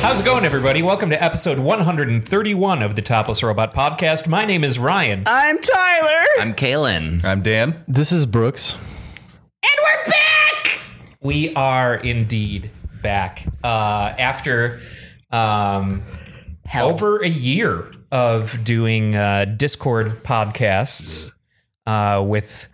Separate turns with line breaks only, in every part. How's it going, everybody? Welcome to episode 131 of the Topless Robot Podcast. My name is Ryan.
I'm Tyler.
I'm Kalen.
I'm Dan.
This is Brooks.
and we're back!
We are indeed back uh, after um,
Hell.
over a year of doing uh, Discord podcasts uh, with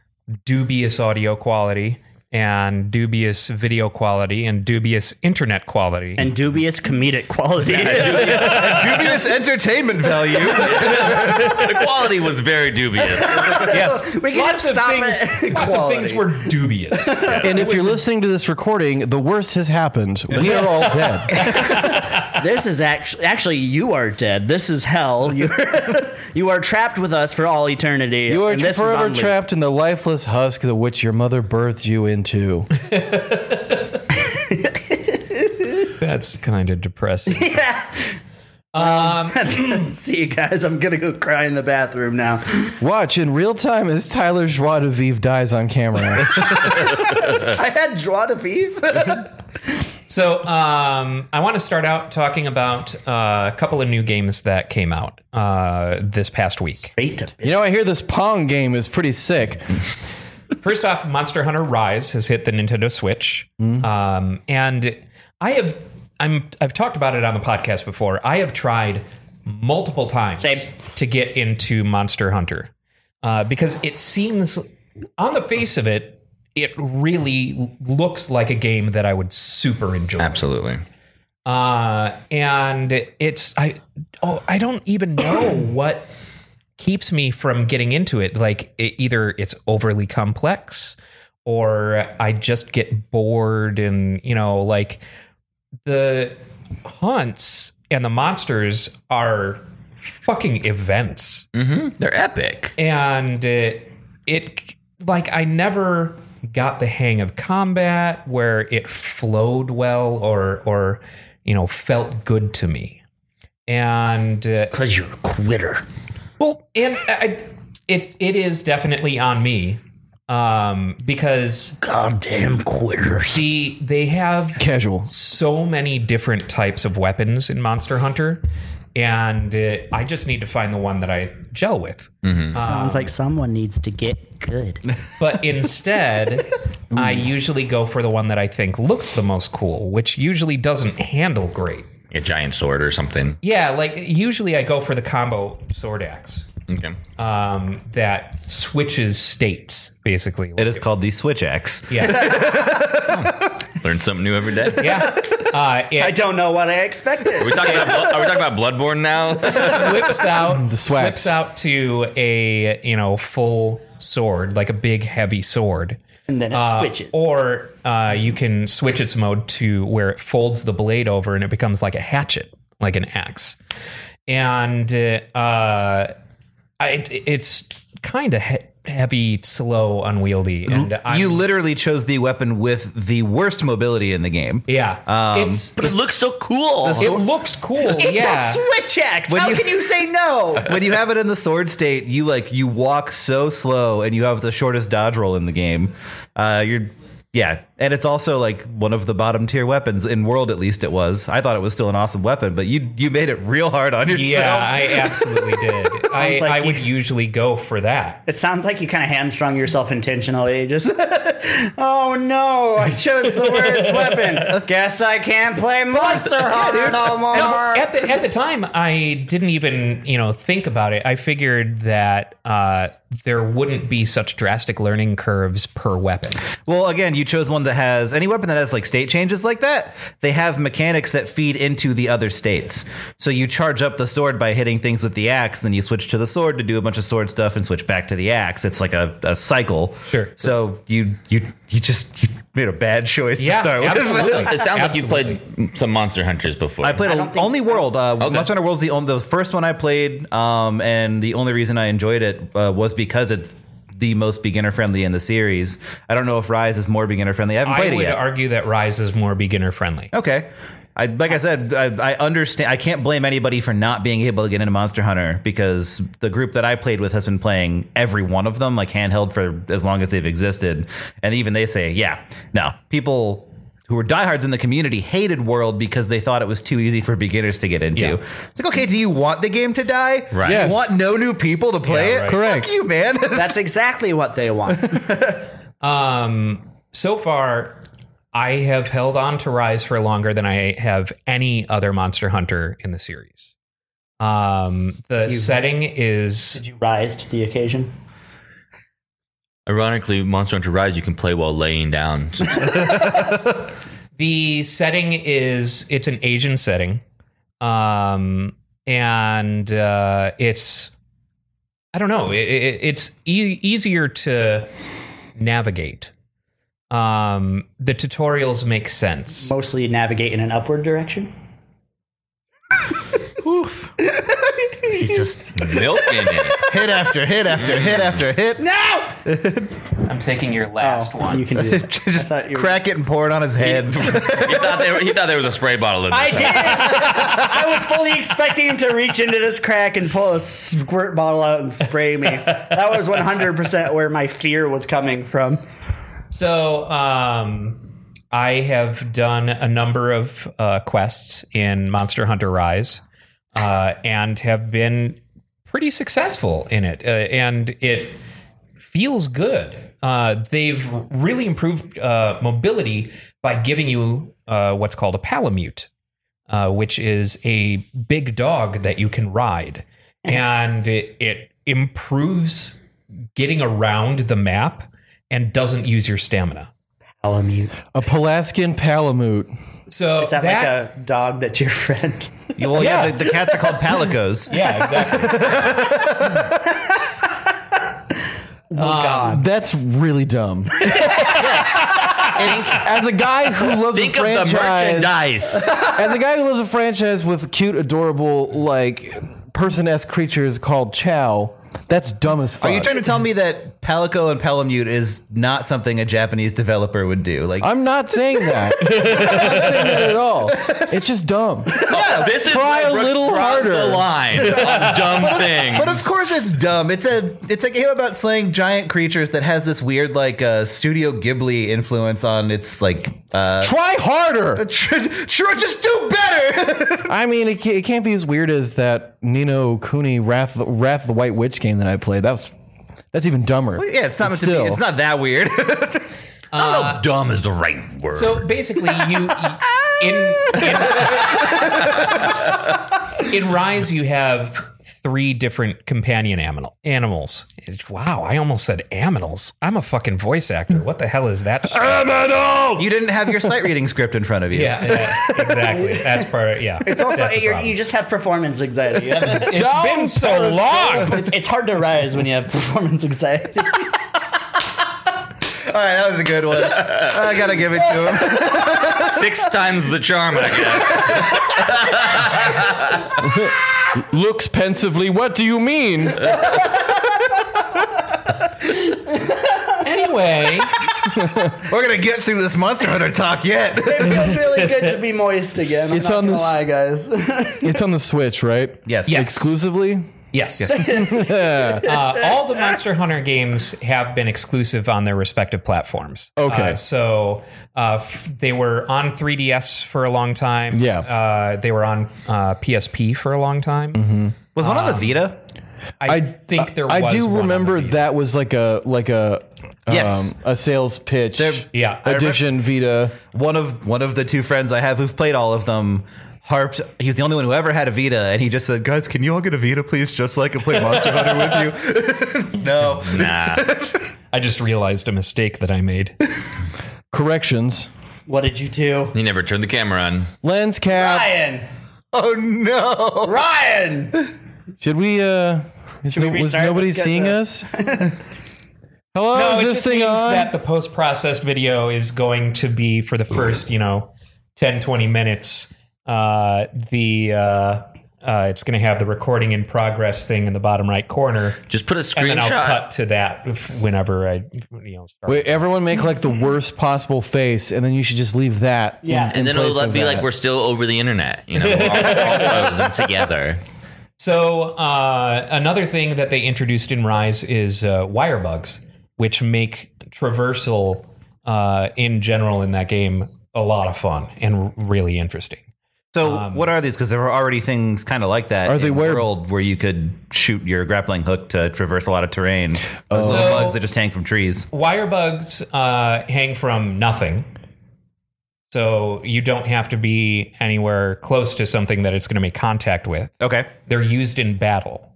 dubious audio quality and dubious video quality and dubious internet quality.
And dubious comedic quality.
Dubious entertainment value.
the quality was very dubious.
yes,
We can
lots
just
of
stop
things,
at
lots of
quality.
things were dubious.
and if you're listening to this recording, the worst has happened. We are all dead.
this is actually actually you are dead. This is hell. You you are trapped with us for all eternity.
You are
and this is on
forever
loop.
trapped in the lifeless husk that which your mother birthed you into.
That's kind of depressing.
See you guys. I'm gonna go cry in the bathroom now.
Watch in real time as Tyler Joie de Vivre dies on camera.
I had joie de vivre.
So um, I want to start out talking about uh, a couple of new games that came out uh, this past week.
you know, I hear this Pong game is pretty sick.
First off, Monster Hunter Rise has hit the Nintendo Switch, um, and I have I'm I've talked about it on the podcast before. I have tried multiple times
Same.
to get into Monster Hunter uh, because it seems on the face of it. It really looks like a game that I would super enjoy.
Absolutely.
uh, and it's I oh I don't even know what keeps me from getting into it. Like it, either it's overly complex, or I just get bored, and you know, like the hunts and the monsters are fucking events
Mm-hmm.
They're epic.
and it, it like I never got the hang of combat where it flowed well or or you know felt good to me. And uh,
Because you're a quitter.
well, and I, it's it is definitely on me um because
Goddamn quitters.
the they have
Casual.
so many different types of weapons in Monster Hunter and uh, I just need to find the one that I gel with.
Sounds like someone needs to get good.
But instead, I usually go for the one that I think looks the most cool, which usually doesn't handle great.
A giant sword or something.
Yeah, like usually I go for the combo sword axe
Okay.
um, that switches states, basically.
It is called the Switch X.
Yeah,
Learn something new every day.
yeah. Uh,
I
it
don't know what I
Are
expected.
we talking about Blood- are we talking about Bloodborne now?
whips out
The swag.
whips out to a you know full sword, like a big heavy sword.
And then it
Uh,
switches.
Or uh, you can switch its mode to where it folds the blade over and it becomes like a hatchet, like an axe. And uh, uh, I, it's kind of he- heavy, slow, unwieldy. And I'm,
You literally chose the weapon with the worst mobility in the game.
yeah, it's,
but it looks so cool.
it looks cool. yeah,
It's a switch axe.
When
How
you-
can you say no?
When you have it in the sword state, you like you walk so slow and you have the shortest dodge roll in the game. Uh you're yeah, and it's also like one of the bottom tier weapons in world at least it was. I thought it was still an awesome weapon, but you you made it real hard on yourself.
yeah, I absolutely did. I,
Sounds like
I
you-
would usually go for that.
It sounds like you kind of hamstrung yourself intentionally. Just, oh no, I chose the worst weapon. Guess I can't play Monster Hunter no more.
at the at the time, I didn't even you know think about it. I figured that uh, there wouldn't be such drastic learning curves per weapon.
Well, again, you chose one that has any weapon that has like state changes like that, they have mechanics that feed into the other states. So you charge up the sword by hitting things with the axe, then you switch to the sword to do a bunch of sword stuff and switch back to the axe. It's like a, a cycle.
Sure.
So you you you just you made a bad choice
Yeah,
to start with.
absolutely.
It sounds like
Absolutely.
you played some Monster Hunters before.
I played a, only World. Uh, Monster Hunter World's the only, the first one I played, um, and the only reason I enjoyed it uh, was because it's the most beginner friendly in the series. I don't know if Rise is more beginner friendly. I haven't
I
played it
would
yet.
argue that Rise is more beginner friendly.
okay. I, like I said, I, I understand. I can't blame anybody for not being able to get into Monster Hunter because the group that I played with has been playing every one of them like handheld for as long as they've existed, and even they say, yeah, no, people who were diehards in the community hated World because they thought it was too easy for beginners to get into.
Yeah.
It's like, okay, do you want the game to die?
Right.
Do
Yes.
You want no new people to play
Yeah,
it?
right.
Correct.
Fuck you, man.
That's exactly what they want.
Um, so far, I have held on to Rise for longer than I have any other Monster Hunter in the series. Um, the setting is
Did you rise to the occasion?
Ironically, Monster Hunter Rise, you can play while laying down. So
the setting is it's an Asian setting, um, and uh, it's I don't know it, it, it's e- easier to navigate. Um, the tutorials make sense.
Mostly navigate in an upward direction.
he's just milking it.
hit after hit after hit after hit.
No, Oh,
I'm taking your last one.
you can do. That.
Just
thought you were-
crack it and pour it on his head.
He thought there, he thought there was a spray bottle in
I
this.
did. I was fully expecting him to reach into this crack and pull a squirt bottle out and spray me. That was 100% where my fear was coming from.
So um, I have done a number of uh, quests in Monster Hunter Rise, uh, and have been pretty successful in it, uh, and it feels good. Uh, they've really improved uh, mobility by giving you uh, what's called a palamute, uh, which is a big dog that you can ride, and it, it improves getting around the map and doesn't use your stamina.
Palamute.
A Pelasgian Palamute.
So
Is that,
that-
like a dog that's your friend?
Well, yeah, the, the cats are called palicos.
yeah, exactly.
God.
That's really dumb. It's- as a guy who loves
Think
a
of the
franchise,
merchandise.
as a guy who loves a franchise with cute, adorable, like person-esque creatures called Chow, that's dumb as fuck.
Are you trying to tell me that Palico and Palamute is not something a Japanese developer would do? Like,
I'm not saying that. I'm not saying that at all. It's just dumb.
this is
Try
where
a
Brooks
little
draws
harder.
The line on dumb things.
but of course it's dumb. It's a it's a game about slaying giant creatures that has this weird like uh, Studio Ghibli influence on its like. Uh,
Try harder.
tr- sure, just do better.
I mean, it, ca- it can't be as weird as that Nino Cooney Wrath Wrath of the White Witch game that I played. That was that's even dumber.
yeah, it's not meant to
Still.
be. It's not that weird.
dumb is the right word.
so basically, you in in, in Rise you have three different companion animal animals. It- Wow, I almost said aminals. I'm a fucking voice actor. What the hell is that? shit?
you didn't have your sight reading script in front of you.
yeah, yeah, exactly. That's part. Of, yeah,
It's also,
That's a
you're,
problem.
you just have performance anxiety. You have-
it's been so long.
it's, it's hard to rise when you have performance anxiety.
All right, that was a good one. I gotta give it to him.
six times the charm, I guess.
Looks pensively. What do you mean?
Anyway,
We're gonna get through this Monster Hunter talk yet.
it feels really good to be moist again. I'm
It's
not
on
gonna
this-
lie, guys.
It's on the Switch, right?
yes.
Yes.
Exclusively?
yes. uh, all the Monster Hunter games have been exclusive on their respective platforms.
Okay.
Uh, so uh, f- they were on 3DS for a long time.
Yeah.
Uh, they were on uh, PSP for a long time.
Was one on the Vita?
I, think there was.
Mm-hmm. I do
one on
remember
the-
that was like a like a
Yes.
um, a sales pitch
Yeah.
edition Vita.
one of one of the two friends I have who've played all of them harped. He was the only one who ever had a Vita, and he just said, "Guys, can you all get a Vita, please, just so I can play Monster Hunter with you?" no,
Nah.
Oh,
I just realized a mistake that I made.
Corrections.
What did you do?
He never turned the camera on.
Lens cap.
Ryan!
Oh no!
Ryan!
Did we? uh is no-
we
Was
restart?
nobody
Let's get
seeing
the-
us? Hello,
No, Oh,
is
it
this
just
thing
means
on?
that the post processed video is going to be for the first, you know, 10, 20 minutes. Uh, the uh, uh, it's going to have the recording in progress thing in the bottom right corner,
Just put a
and then I'll
screenshot.
cut to that if- whenever I, you know, start.
Wait, everyone make like the worst possible face, and then you should just leave that.
Yeah.
And then it'll
place of
be like
that.
we're still over the internet, you know, all, all frozen together.
So uh, another thing that they introduced in Rise is uh, wire bugs, which make traversal uh, in general in that game a lot of fun and r- really interesting.
So what are these? Because there were already things kind of like that
Um, Are they
in
where-
world where you could shoot your grappling hook to traverse a lot of terrain. Oh. Some
So-
bugs that just hang from trees.
wire bugs uh, hang from nothing. So you don't have to be anywhere close to something that it's going to make contact with.
Okay.
They're used in battle.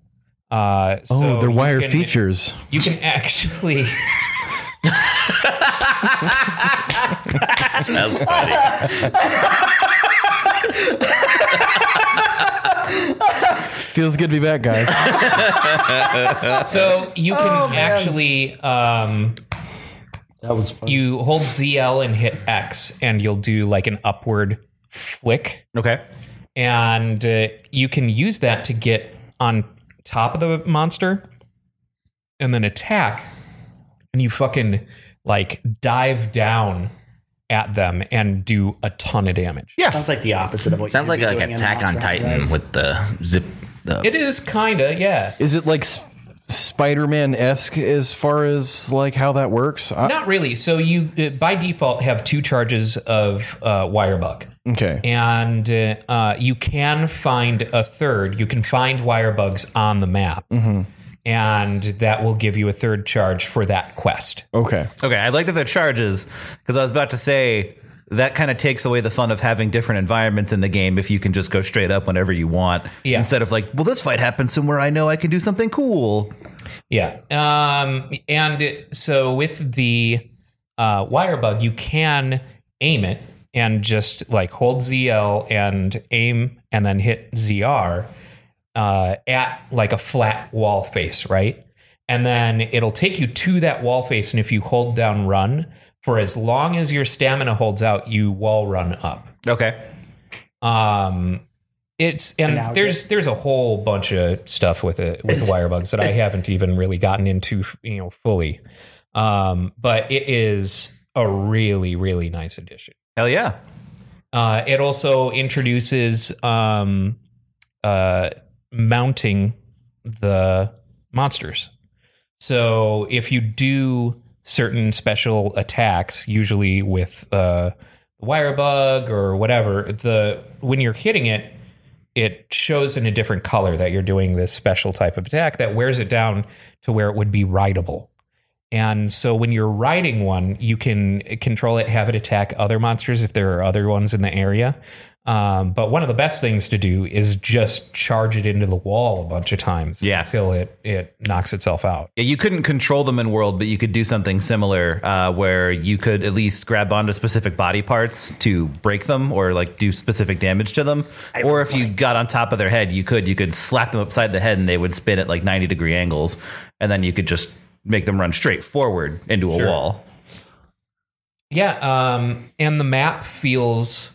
Uh,
Oh,
so
they're
you
wire
can-
features.
You can actually.
That's funny.
Feels good to be back, guys.
So you can actually. Um,
That was fun.
you hold ZL and hit X, and you'll do like an upward flick
Okay.
and uh, you can use that to get on top of the monster and then attack and you fucking like dive down at them and do a ton of damage
Sounds like the opposite of what
Sounds
you'd
like
be
like
doing in
Attack on
Monster Hunter
Titan
Rise.
with the zip. The,
it is kinda yeah
Is it like sp- Spider-Man esque as far as like how that works? I-
not really so you uh, by default have two charges of uh, wirebug
okay.
and uh, uh, you can find a third. You can find wire bugs on the map, and that will give you a third charge for that quest.
Okay.
Okay. I like that they're charges because I was about to say that kind of takes away the fun of having different environments in the game if you can just go straight up whenever you want
Yeah.
instead of like, well, this fight happened somewhere I know I can do something cool.
Yeah. Um, and so with the uh, wire bug, you can aim it and just like hold ZL and aim and then hit ZR uh, at like a flat wall face, right? And then it'll take you to that wall face. And if you hold down run for as long as your stamina holds out, you wall run up
Okay.
um it's and,
now
there's there's a whole bunch of stuff with it with the wire bugs that I haven't even really gotten into you know fully um but it is a really really nice addition
Hell yeah.
uh it also introduces um uh mounting the monsters so if you do certain special attacks, usually with uh, the wire bug or whatever, the when you're hitting it, it shows in a different color that you're doing this special type of attack that wears it down to where it would be rideable. And so when you're riding one, you can control it, have it attack other monsters if there are other ones in the area. Um, but one of the best things to do is just charge it into the wall a bunch of times
Yeah.
until it, it knocks itself out.
Yeah, you couldn't control them in world, but you could do something similar uh, where you could at least grab onto specific body parts to break them or like do specific damage to them. or if you got on top of their head, you could you could slap them upside the head and they would spin at like ninety degree angles, and then you could just make them run straight forward into a wall.
Yeah, um, and the map feels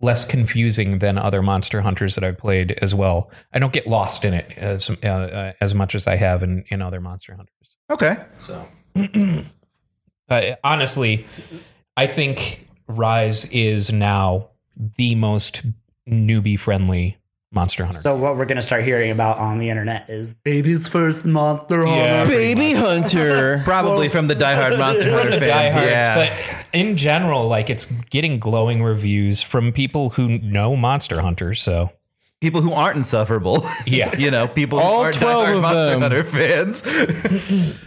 less confusing than other Monster Hunters that I've played as well. I don't get lost in it as uh, uh, as much as I have in, in other Monster Hunters.
Okay.
So, uh, honestly, I think Rise is now the most newbie friendly Monster Hunter.
So what we're gonna start hearing about on the internet is baby's first monster hunter.
Baby Hunter.
Probably from the diehard Monster
from
Hunter
the
fans.
diehards,
yeah.
but in general, like it's getting glowing reviews from people who know Monster Hunters. So
people who aren't insufferable.
Yeah.
you know, people who
All
aren't
12
diehard
of
Monster
them.
Hunter fans.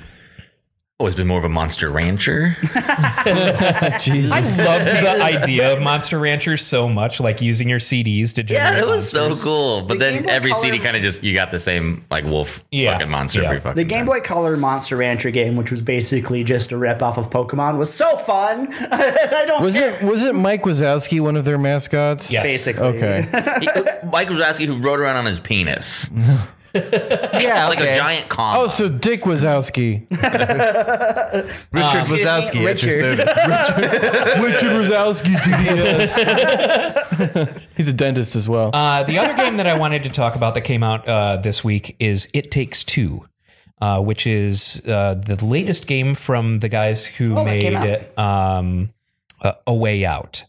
always been more of a monster rancher.
I
Jesus.
loved the idea of Monster Ranchers so much, like using your CDs to generate.
yeah, it was so
monsters.
cool. But
Game
then
Boy
every
Color-
CD kind of just you got the same like wolf
Yeah,
fucking monster
yeah.
every fucking
The Game
time.
Boy Color Monster Rancher game, which was basically just a rip off of Pokemon, was so fun. I don't
Was
care.
it was it Mike Wazowski one of their mascots?
Yes.
Basically,
Okay.
He- Mike was asking who rode around on his penis.
Yeah,
Like a giant comma.
Oh, so Dick Wazowski. Uh,
Richard
me,
Wazowski at your
Richard.
service.
Richard Wazowski, DBS. He's a dentist as well.
Uh, the other game that I wanted to talk about that came out uh, this week is It Takes Two, uh, which is uh, the latest game from the guys who
Oh, that came
made um, uh, A Way Out,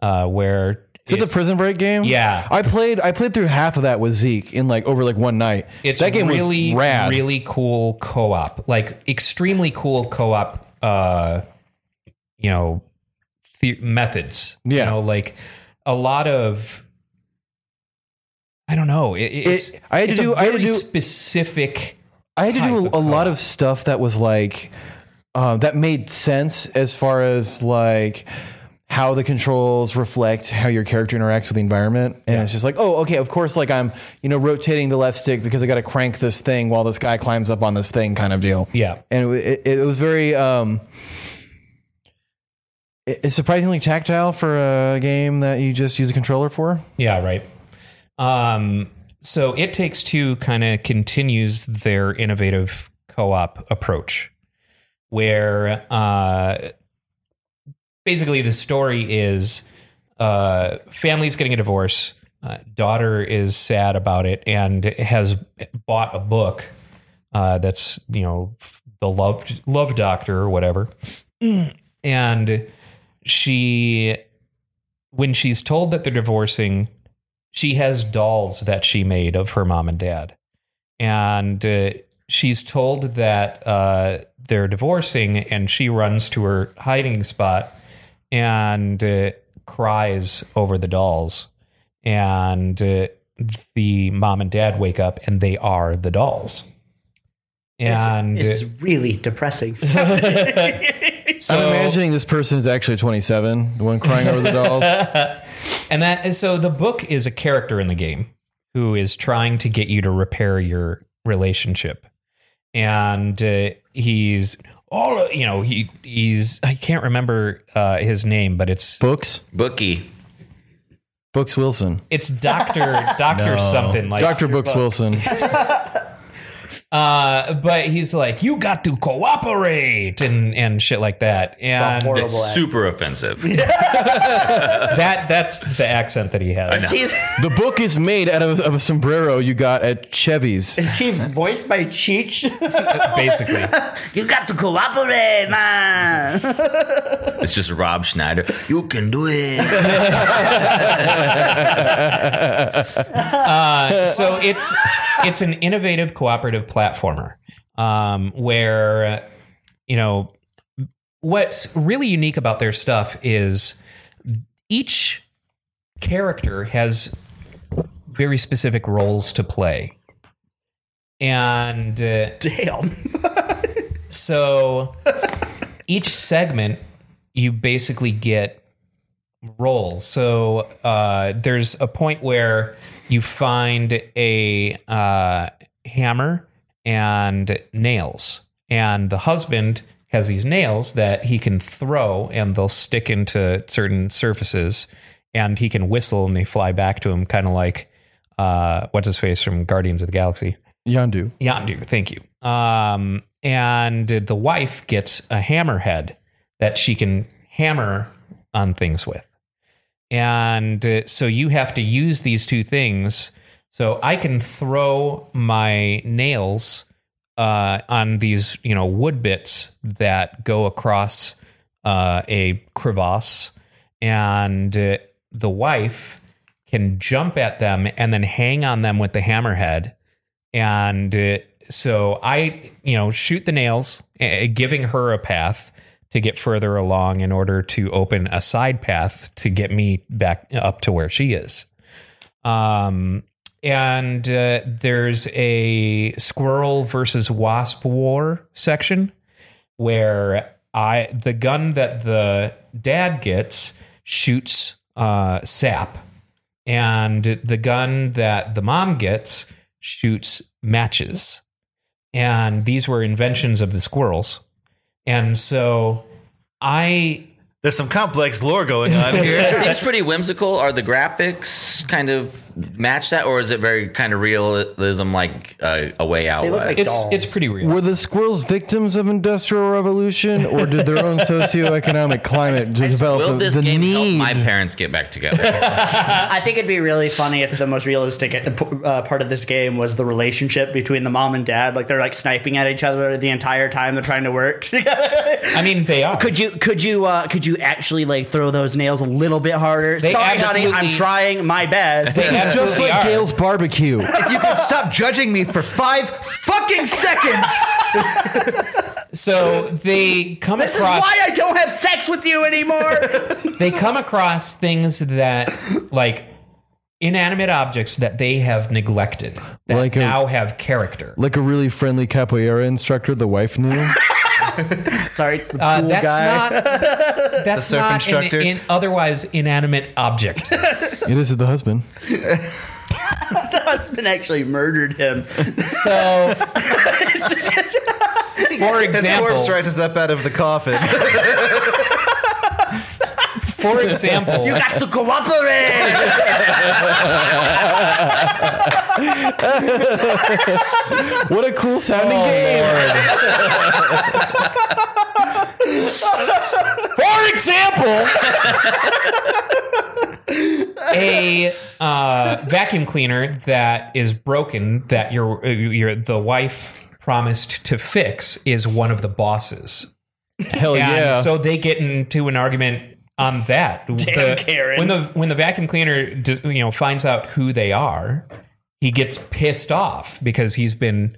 uh, where
Is it the
it's-
Prison Break game?
Yeah.
I played I played through half of that with Zeke in like over like one night.
It's
that game
really,
was rad.
really cool co-op, like extremely cool co-op. Uh, you know, the- methods.
Yeah.
you know, like a lot of. I don't know. It, it's,
It- I had to
it's a
do- I had to
very
do-
specific.
I had to do
type
a, a
of
lot of stuff that was like uh, that made sense as far as like how the controls reflect how your character interacts with the environment and it's just like oh okay of course like i'm you know rotating the left stick because i got to crank this thing while this guy climbs up on this thing kind of deal
Yeah,
and it, wa- it, it was very um it- it's surprisingly tactile for a game that you just use a controller for
yeah, right. Um, so it takes two kind of continues their innovative co-op approach, where uh, basically the story is uh, family's getting a divorce. Uh, daughter is sad about it and has bought a book uh, that's you know the love love doctor or whatever, and she when she's told that they're divorcing, she has dolls that she made of her mom and dad, and uh, she's told that uh, they're divorcing, and she runs to her hiding spot and uh, cries over the dolls, and uh, the mom and dad wake up, and they are the dolls. And
This is really depressing. stuff.
so,
i'm imagining this person is actually 27 the one crying over the dolls
And that so the book is a character in the game who is trying to get you to repair your relationship, and uh, he's all you know he he's I can't remember uh, his name, but it's
books
Bookie.
Books Wilson.
it's Doctor Doctor something like
Dr. Books Wilson.
Uh, but he's like you got to cooperate and and shit like that, and
horrible.
It's
Horrible
super offensive.
that that's the accent that he has.
I know.
He's-
the book is made out of, of a sombrero you got at Chevy's.
Is he voiced by Cheech?
Basically,
you got to cooperate, man.
It's just Rob Schneider. You can do it.
Uh, so it's it's an innovative cooperative platformer um, where you know what's really unique about their stuff is each character has very specific roles to play and uh,
Damn.
so each segment, you basically get roles. So uh, there's a point where you find a uh, hammer and nails, and the husband has these nails that he can throw, and they'll stick into certain surfaces, and he can whistle, and they fly back to him, kind of like uh, what's his face from Guardians of the Galaxy.
Yandu.
Yandu, thank you. Um, and the wife gets a hammerhead that she can hammer on things with. And uh, so you have to use these two things. So I can throw my nails uh, on these, you know, wood bits that go across uh, a crevasse, and uh, the wife can jump at them and then hang on them with the hammerhead and uh, so I, you know, shoot the nails, uh, giving her a path to get further along in order to open a side path to get me back up to where she is. Um, and uh, there's a squirrel versus wasp war section where I the gun that the dad gets shoots uh, sap, and the gun that the mom gets shoots matches, and these were inventions of the squirrels, and so I
There's some complex lore going on here.
It seems pretty whimsical. Are the graphics kind of match that, or is it very kind of realism, like uh, a way out?
They look
was?
like
it's
dolls.
it's pretty real.
Were the squirrels victims of industrial revolution, or did their own socioeconomic climate develop
Will
Oh, the,
this
the
game help
need?
my parents get back together?
I think it'd be really funny if the most realistic uh, part of this game was the relationship between the mom and dad. Like they're like sniping at each other the entire time they're trying to work together.
I mean, they are.
Could you could you uh, could you actually like throw those nails a little bit harder?
They
Sorry, Johnny, I'm
absolutely-
trying my best.
They
It's just
absolutely
like
are.
Gail's barbecue.
if you could stop judging me for five fucking seconds.
So they come
This is
across.
why I don't have sex with you anymore.
they come across things that like inanimate objects that they have neglected that
Like a-
now have character.
like a really friendly capoeira instructor, the wife knew.
Sorry, it's the
Uh,
pool
that's
guy.
not that's
surf
not an-
instructor?
an otherwise inanimate object.
it is the husband.
the husband actually murdered him.
So, for
His
example,
corpse rises up out of the coffin.
for example,
Got to cooperate.
What a cool sounding game!
for example, a uh, vacuum cleaner that is broken that your your the wife promised to fix is one of the bosses.
Hell
And
yeah!
so they get into an argument on that.
Damn,
The-
Karen.
When the when the vacuum cleaner d- you know finds out who they are, he gets pissed off because he's been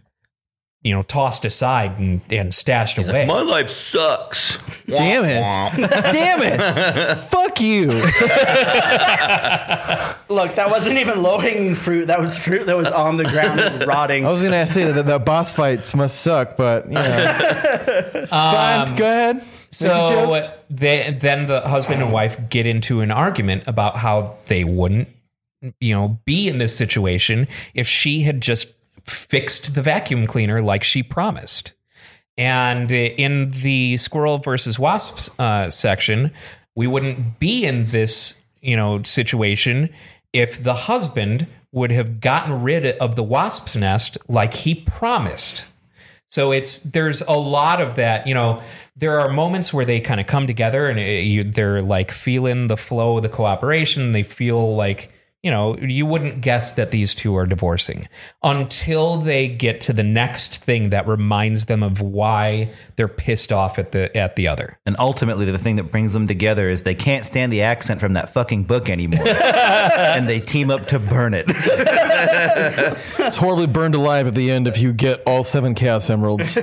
you know tossed aside and, and stashed away.
My life sucks.
Damn it.
Womp womp.
Damn it! Fuck you!
Look, that wasn't even low hanging fruit. That was fruit that was on the ground and rotting.
I was gonna say that the boss fights must suck, but you know, it's fine. Go ahead.
So
jokes?
they, then the husband and wife get into an argument about how they wouldn't, you know, be in this situation if she had just fixed the vacuum cleaner like she promised. And uh, in the squirrel versus wasps uh, section, we wouldn't be in this, you know, situation if the husband would have gotten rid of the wasp's nest like he promised. So it's there's a lot of that. You know, there are moments where they kind of come together and it, you, they're like feeling the flow of the cooperation. They feel like you know you wouldn't guess that these two are divorcing until they get to the next thing that reminds them of why they're pissed off at the at the other.
And ultimately, the thing that brings them together is they can't stand the accent from that fucking book anymore. and they team up to burn it.
It's horribly burned alive at the end if you get all seven chaos emeralds.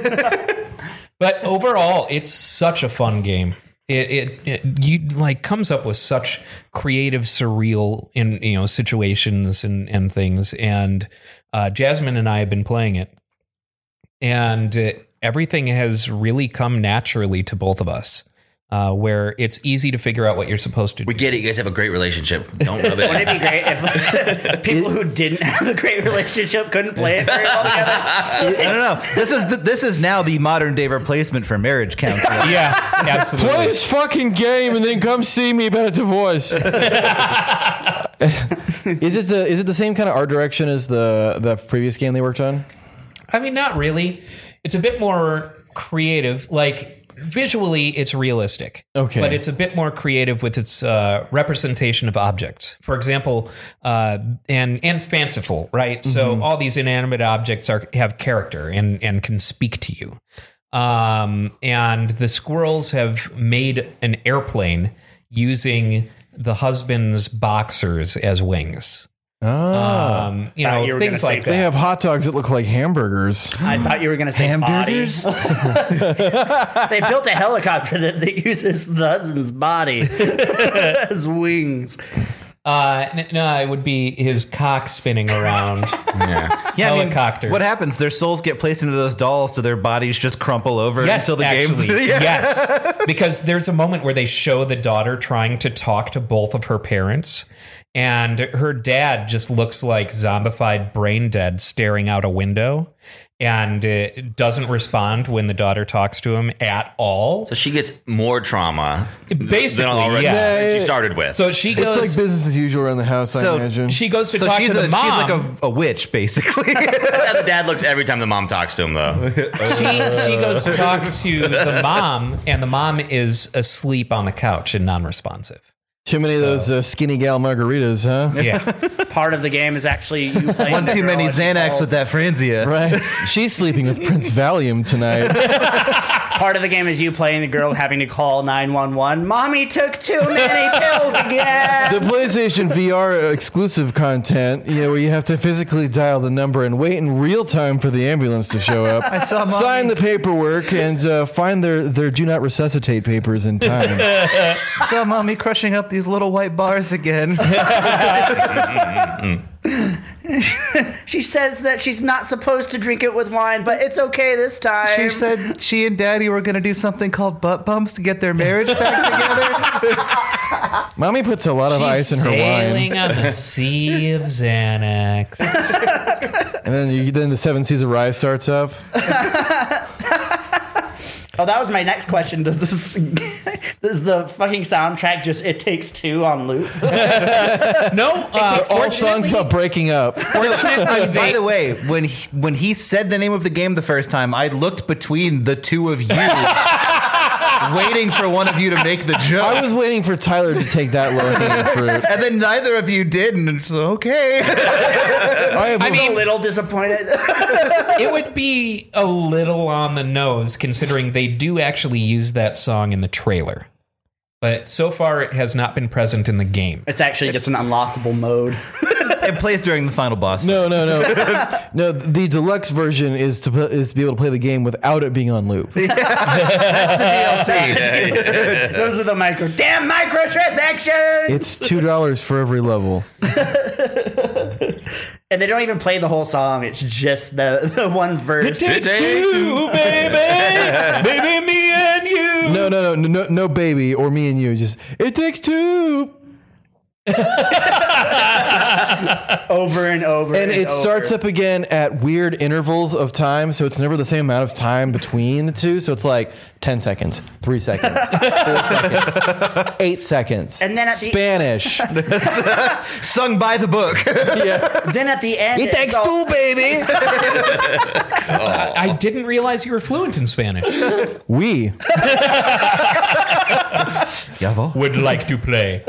But overall, it's such a fun game. It, it, it you like comes up with such creative, surreal, in you know situations and and things. And uh, Jasmine and I have been playing it, and uh, everything has really come naturally to both of us. Uh, where it's easy to figure out what you're supposed to do.
We get it. You guys have a great relationship. Don't rub it.
Wouldn't it be great if people who didn't have a great relationship couldn't play it very well together?
I don't know. This is the, this is now the modern day replacement for marriage counseling.
yeah, absolutely.
Play this fucking game and then come see me about a divorce. is it the is it the same kind of art direction as the the previous game they worked on?
I mean, not really. It's a bit more creative. Like visually, it's realistic.
Okay.
But it's a bit more creative with its uh, representation of objects. For example, uh, and and fanciful, right?
Mm-hmm.
So all these inanimate objects are have character and and can speak to you. Um, and the squirrels have made an airplane using the husband's boxers as wings.
Ah,
Um, you
thought
know,
you were
things
gonna say
like that.
they have hot dogs that look like hamburgers.
I thought you were going to say bodies.
Hamburgers?
They built a helicopter that, that uses the husband's body as wings.
Uh, n- no, it would be his cock spinning around.
Yeah,
Yeah.
I mean,
Helicopter.
what happens? Their souls get placed into those dolls, so their bodies just crumple over
yes,
until the
actually,
game's Yeah.
yes, because there's a moment where they show the daughter trying to talk to both of her parents, and her dad just looks like zombified, brain dead, staring out a window, and uh, doesn't respond when the daughter talks to him at all.
So she gets more trauma
Basically,
than already
yeah.
she started with.
So she
It's
goes.
like business as usual around the house,
So,
I imagine.
she goes to
So
talk
she's,
to
a,
the mom.
she's like a, a witch, basically.
That's how the dad looks every time the mom talks to him, though.
she, she goes to talk to the mom, and the mom is asleep on the couch and non-responsive.
Too many of those uh, skinny gal margaritas, huh?
Yeah,
Part of the game is actually you playing
One
the
too
girl
many
and Oh, she
Xanax
falls.
with that Franzia.
Right. She's sleeping with Prince Valium tonight.
Part of the game is you playing the girl having to call 911. Mommy took too many pills
The
again.
PlayStation VR exclusive content, you know, where you have to physically dial the number and wait in real time for the ambulance to show up. I
saw mommy-
Sign the paperwork and uh, find their, their do not resuscitate papers in time.
Saw mommy crushing up these little white bars again.
she says that she's not supposed to drink it with wine, but it's okay this time.
she said she and daddy were going to do something called butt bumps to get their marriage back together.
Mommy puts a lot of ice in her wine.
sailing on the sea of Xanax.
And then you, then the Seven Seas of Rye starts up.
Oh, that was my next question. Does this does the fucking soundtrack just it takes two on loop?
No, uh,
All songs about breaking up.
By- By the way, when he, when he said the name of the game the first time, I looked between the two of you, waiting for one of you to make the joke.
I was waiting for Tyler to take that low hanging fruit.
and then neither of you did, and it's okay.
I, have-
I
I'm a
mean,
little disappointed.
it would be a little on the nose considering they do actually use that song in the trailer. But so far, it has not been present in the game.
it's actually just an unlockable mode.
it plays during the final boss.
no, no, no, no. The deluxe version is to pl- is to be able to play the game without it being on loop.
Those are the micro damn microtransactions.
It's two dollars for every level.
and they don't even play the whole song. It's just the the one verse.
Takes two, baby, baby, me and you.
No, no, no, no, no, no, baby, or me and you. Just it takes two,
over and over.
and it
over.
starts up again at weird intervals of time, so it's never the same amount of time between the two. So it's like ten seconds, three seconds, four seconds, eight seconds,
And then at the-
Spanish.
Sung by the book.
Then at the end,
It
it's
takes
all-
two, baby.
I didn't realize you were fluent in Spanish.
We.
Would like to play.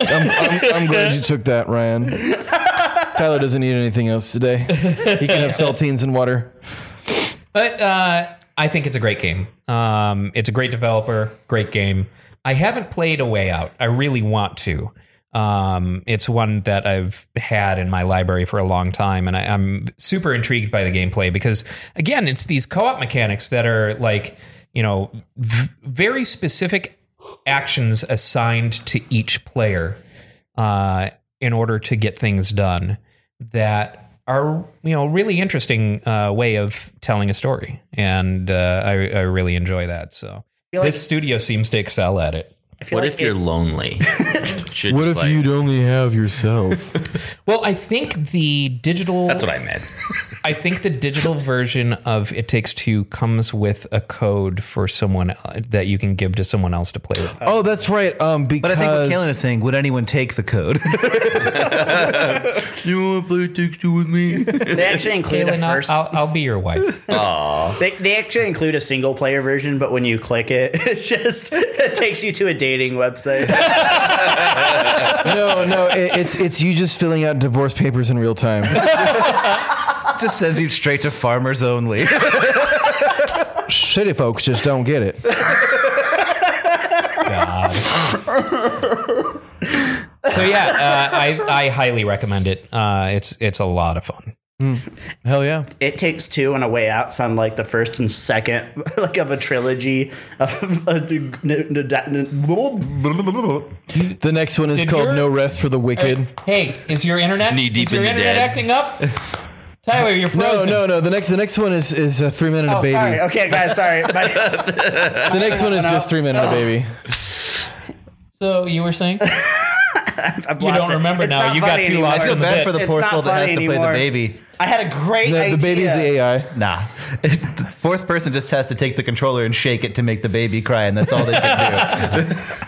I'm, I'm, I'm glad you took that, Ryan. Tyler doesn't need anything else today. He can have saltines and water.
But uh, I think it's a great game. Um, it's a great developer, great game. I haven't played A Way Out. I really want to. Um, it's one that I've had in my library for a long time, and I, I'm super intrigued by the gameplay because, again, it's these co op mechanics that are like, you know, v- very specific actions assigned to each player uh, in order to get things done that are you know really interesting uh, way of telling a story, and uh, I, I really enjoy that. So
feel like-
this studio seems to excel at it.
I feel
What
like
if you're
it-
lonely? Should play?
only have yourself?
Well, I think the digital
That's what I meant.
I think the digital version of It Takes Two comes with a code for someone uh, that you can give to someone else to play with.
oh, that's right. Um, because
But I think what Kalen is saying, would anyone take the code?
You want to play takes two with me?
they actually include a
Kaylin, I'll,
first.
I'll, I'll be your wife.
They, they actually include a single player version, but when you click it, it just it takes you to a dating website.
no, no, it, it's it's you just filling out divorce papers in real time.
Just sends you straight to farmers only.
Shitty folks just don't get it.
God. so yeah, uh, I I highly recommend it. Uh, it's it's a lot of fun.
Hell yeah.
It Takes Two and A Way Out sound like the first and second, like of a trilogy of.
The next one is
Did
called
your-
No Rest for the Wicked.
Hey, is your internet
Knee deep
is your
in the
internet
dead.
acting up? Tyler, you're
No,
frozen.
no, no. The next the next one is is uh, three men and a baby.
Oh, Sorry, okay, guys, sorry. My-
The next one is just three men and a baby.
Oh.
So you were saying?
I've
You
lost
don't
it.
remember
It's
now.
not
You got
funny
too
anymore.
lost
I feel
in the
bad
bit.
for the
It's
poor
not
soul that has to play
funny
the
anymore.
baby.
I had a great
The,
idea.
the baby's the AI.
Nah. the fourth person just has to take the controller and shake it to make the baby cry, and that's all they can do.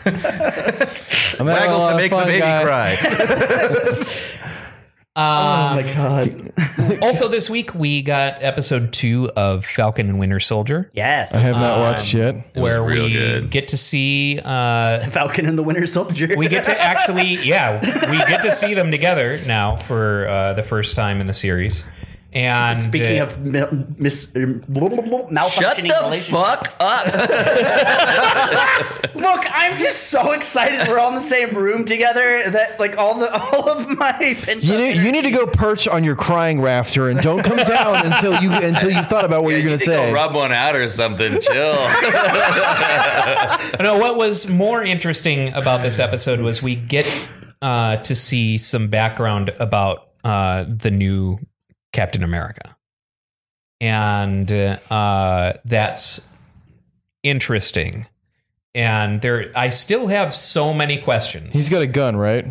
I'm having a
Waggle
Oh,
lot
to
of
make the
fun,
baby
guy.
cry.
Um,
Oh my god.
also, this week we got episode two of Falcon and Winter Soldier,
Yes.
I have not watched yet.
where
real
we
good.
get to see uh,
Falcon and the Winter Soldier.
we get to actually yeah we get to see them together now for uh, the first time in the series. And
Speaking
uh,
of mil- mis- malfunctioning
Shut the
relationships.
fuck up.
Look, I'm just so excited we're all in the same room together that like all the all of my pent
You need, you need to go perch on your crying rafter and don't come down until you until you've thought about what you're
You
going
need
to
to go
say.
rub one out or something. Chill.
No, what was more interesting about this episode was we get uh, to see some background about uh, the new Captain America, and uh, that's interesting. And there, I still have so many questions.
He's got a gun, right?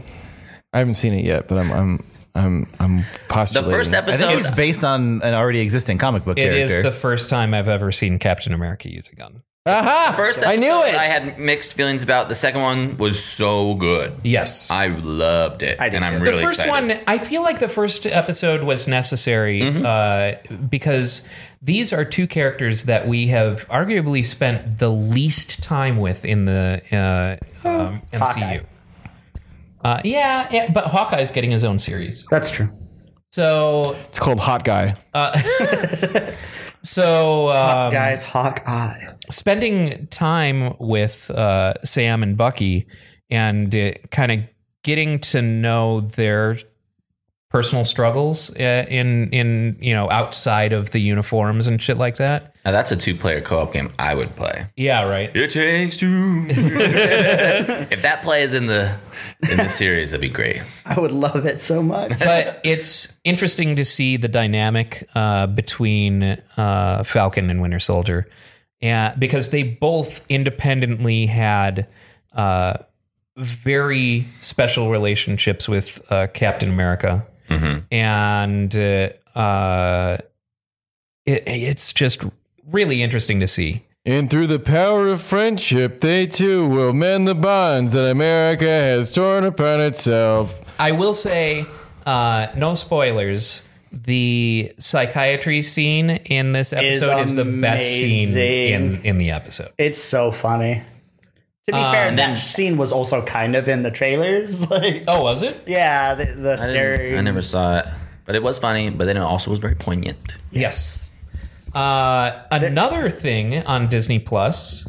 I haven't seen it yet, but I'm I'm I'm I'm
The
postulating.
first
I
episode.
think it's based on an already existing comic book
It is
character.
the first time I've ever seen Captain America use a gun.
Aha!
First episode,
I knew it.
I had mixed feelings about. The second one was so good.
Yes,
I loved it,
did
and I'm
too.
really
the first
excited. Mm-hmm.
one i feel like the first episode was necessary uh, because these are two characters that we have arguably spent the least time with in the uh, um, mcu uh, yeah, yeah but hawkeye's getting his own series
That's true.
so
it's called Hot Guy.
so um,
Guys, Hawkeye.
spending time with uh, Sam and Bucky and uh, kind of getting to know their personal struggles uh, in in you know outside of the uniforms and shit like that.
Now that's a two-player co-op game I would play.
Yeah, right.
It takes two. if that play is in the in the series, that'd be great.
I would love it so much.
But it's interesting to see the dynamic uh, between uh, Falcon and Winter Soldier, and because they both independently had uh, very special relationships with uh, Captain America.
Mhm.
and uh, uh, it, it's just really interesting to see.
And through the power of friendship, they too will mend the bonds that America has torn upon itself.
I will say, uh, no spoilers. The psychiatry scene in this episode is, the best scene in,
amazing.
in the episode.
It's so funny. To be fair,
then-
that scene was also kind of in the trailers. Like,
Oh, was it?
yeah, the, the
I, didn't-
scary.
I never saw it, but it was funny. But then it also was very poignant.
Yes. Uh, another thing on Disney Plus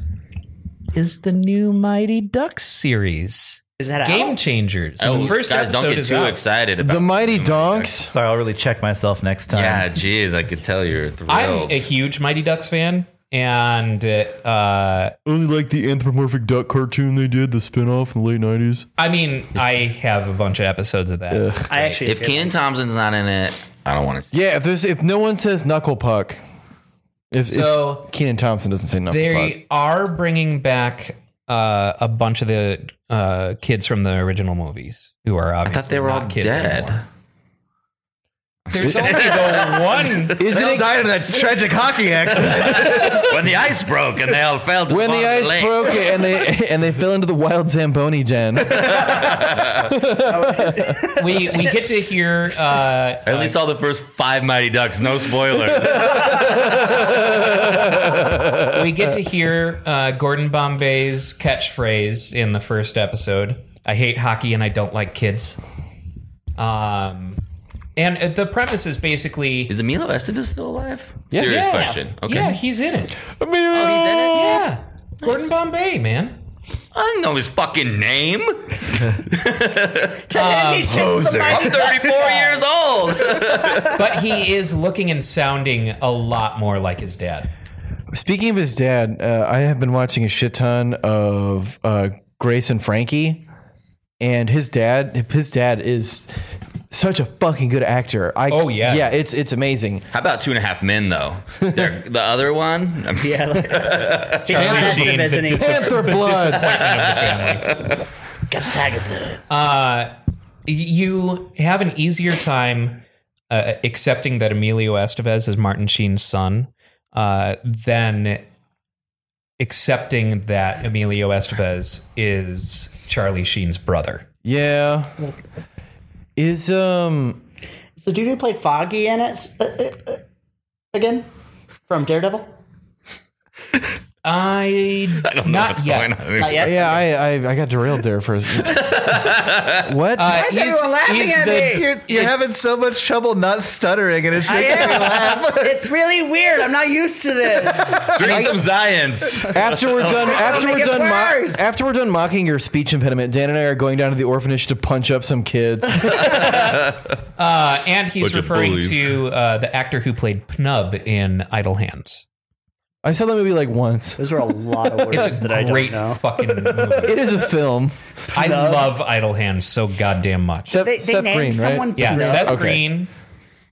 is the new Mighty Ducks series,
Is that
Game
out?
Changers.
Oh,
the first
guys,
episode
don't get
is
too
out.
excited about
The Mighty Donks.
Sorry, I'll really check myself next time.
Yeah, geez, I could tell you're thrilled.
I'm a huge Mighty Ducks fan, and uh,
Only like the anthropomorphic duck cartoon they did, the spinoff in the late 90s.
I mean, I have a bunch of episodes of that.
I actually.
if Keenan Thompson's not in it, I don't want to see.
Yeah, if there's if no one says Knuckle Puck, if,
So-
if Keenan Thompson doesn't say Knuckle
They
Puck,
are bringing back uh, a bunch of the uh, kids from the original movies who are obviously
thought they were
not
all
kids
dead.
anymore. There's only the one.
isn't
They all
it
died in that tragic hockey accident.
when the ice broke and they all fell to
when
bottom
the
of
ice
lake.
broke and they and they fell into the wild Zamboni den?
We we get to hear. Uh,
I only saw the first five Mighty Ducks. No spoilers.
we get to hear uh, Gordon Bombay's catchphrase in the first episode. I hate hockey and I don't like kids. Um, and uh, the premise is basically,
Is Emilio Estevez still alive?
Yeah.
Serious
Yeah.
question. Okay.
yeah, he's in it.
Oh,
Yeah, Gordon Bombay, man.
I didn't know his fucking name.
He's just the
I'm 34 years old. old.
but he is looking and sounding a lot more like his dad.
Speaking of his dad, uh, I have been watching a shit ton of uh, Grace and Frankie, and his dad. His dad is such a fucking good actor. I,
Oh, yeah.
yeah. It's it's amazing.
How about two and a half men though? They're, the other one, I'm
Yeah, like, he's not
Sheen,
sensitive,
the
isn't he?
dis-
Panther blood.
Got tiger blood.
Uh, you have an easier time uh, accepting that Emilio Estevez is Martin Sheen's son uh, than accepting that Emilio Estevez is Charlie Sheen's brother.
Yeah. Is um
Is the dude who played Foggy in it uh, uh, uh, again from Daredevil?
I,
don't know
not
what's
yet. Uh,
going on.
Not yet.
yeah, I, I I got derailed there for a s- What?
Uh, he's,
everyone laughing
he's
at
the-
me?
You're, you're
It's- uh,
having so much trouble not stuttering, and it's
I
making me
am. It's really weird. I'm not used to this.
Drink some Zions.
after we're done after
make
we're
it
done
worse.
mo- after we're done mocking your speech impediment, Dan and I are going down to the orphanage to punch up some kids.
uh, and he's
Bunch of
referring
bullies.
to uh, the actor who played Pnub in Idle Hands.
I saw that movie like once.
Those are a lot of words
It's a
that I don't
great
know.
fucking movie.
It is a film.
I love Idle Hands so goddamn much.
Seth,
They, they
Seth
named
Green,
someone
right?
Yeah,
Pnub.
Seth
Okay.
Green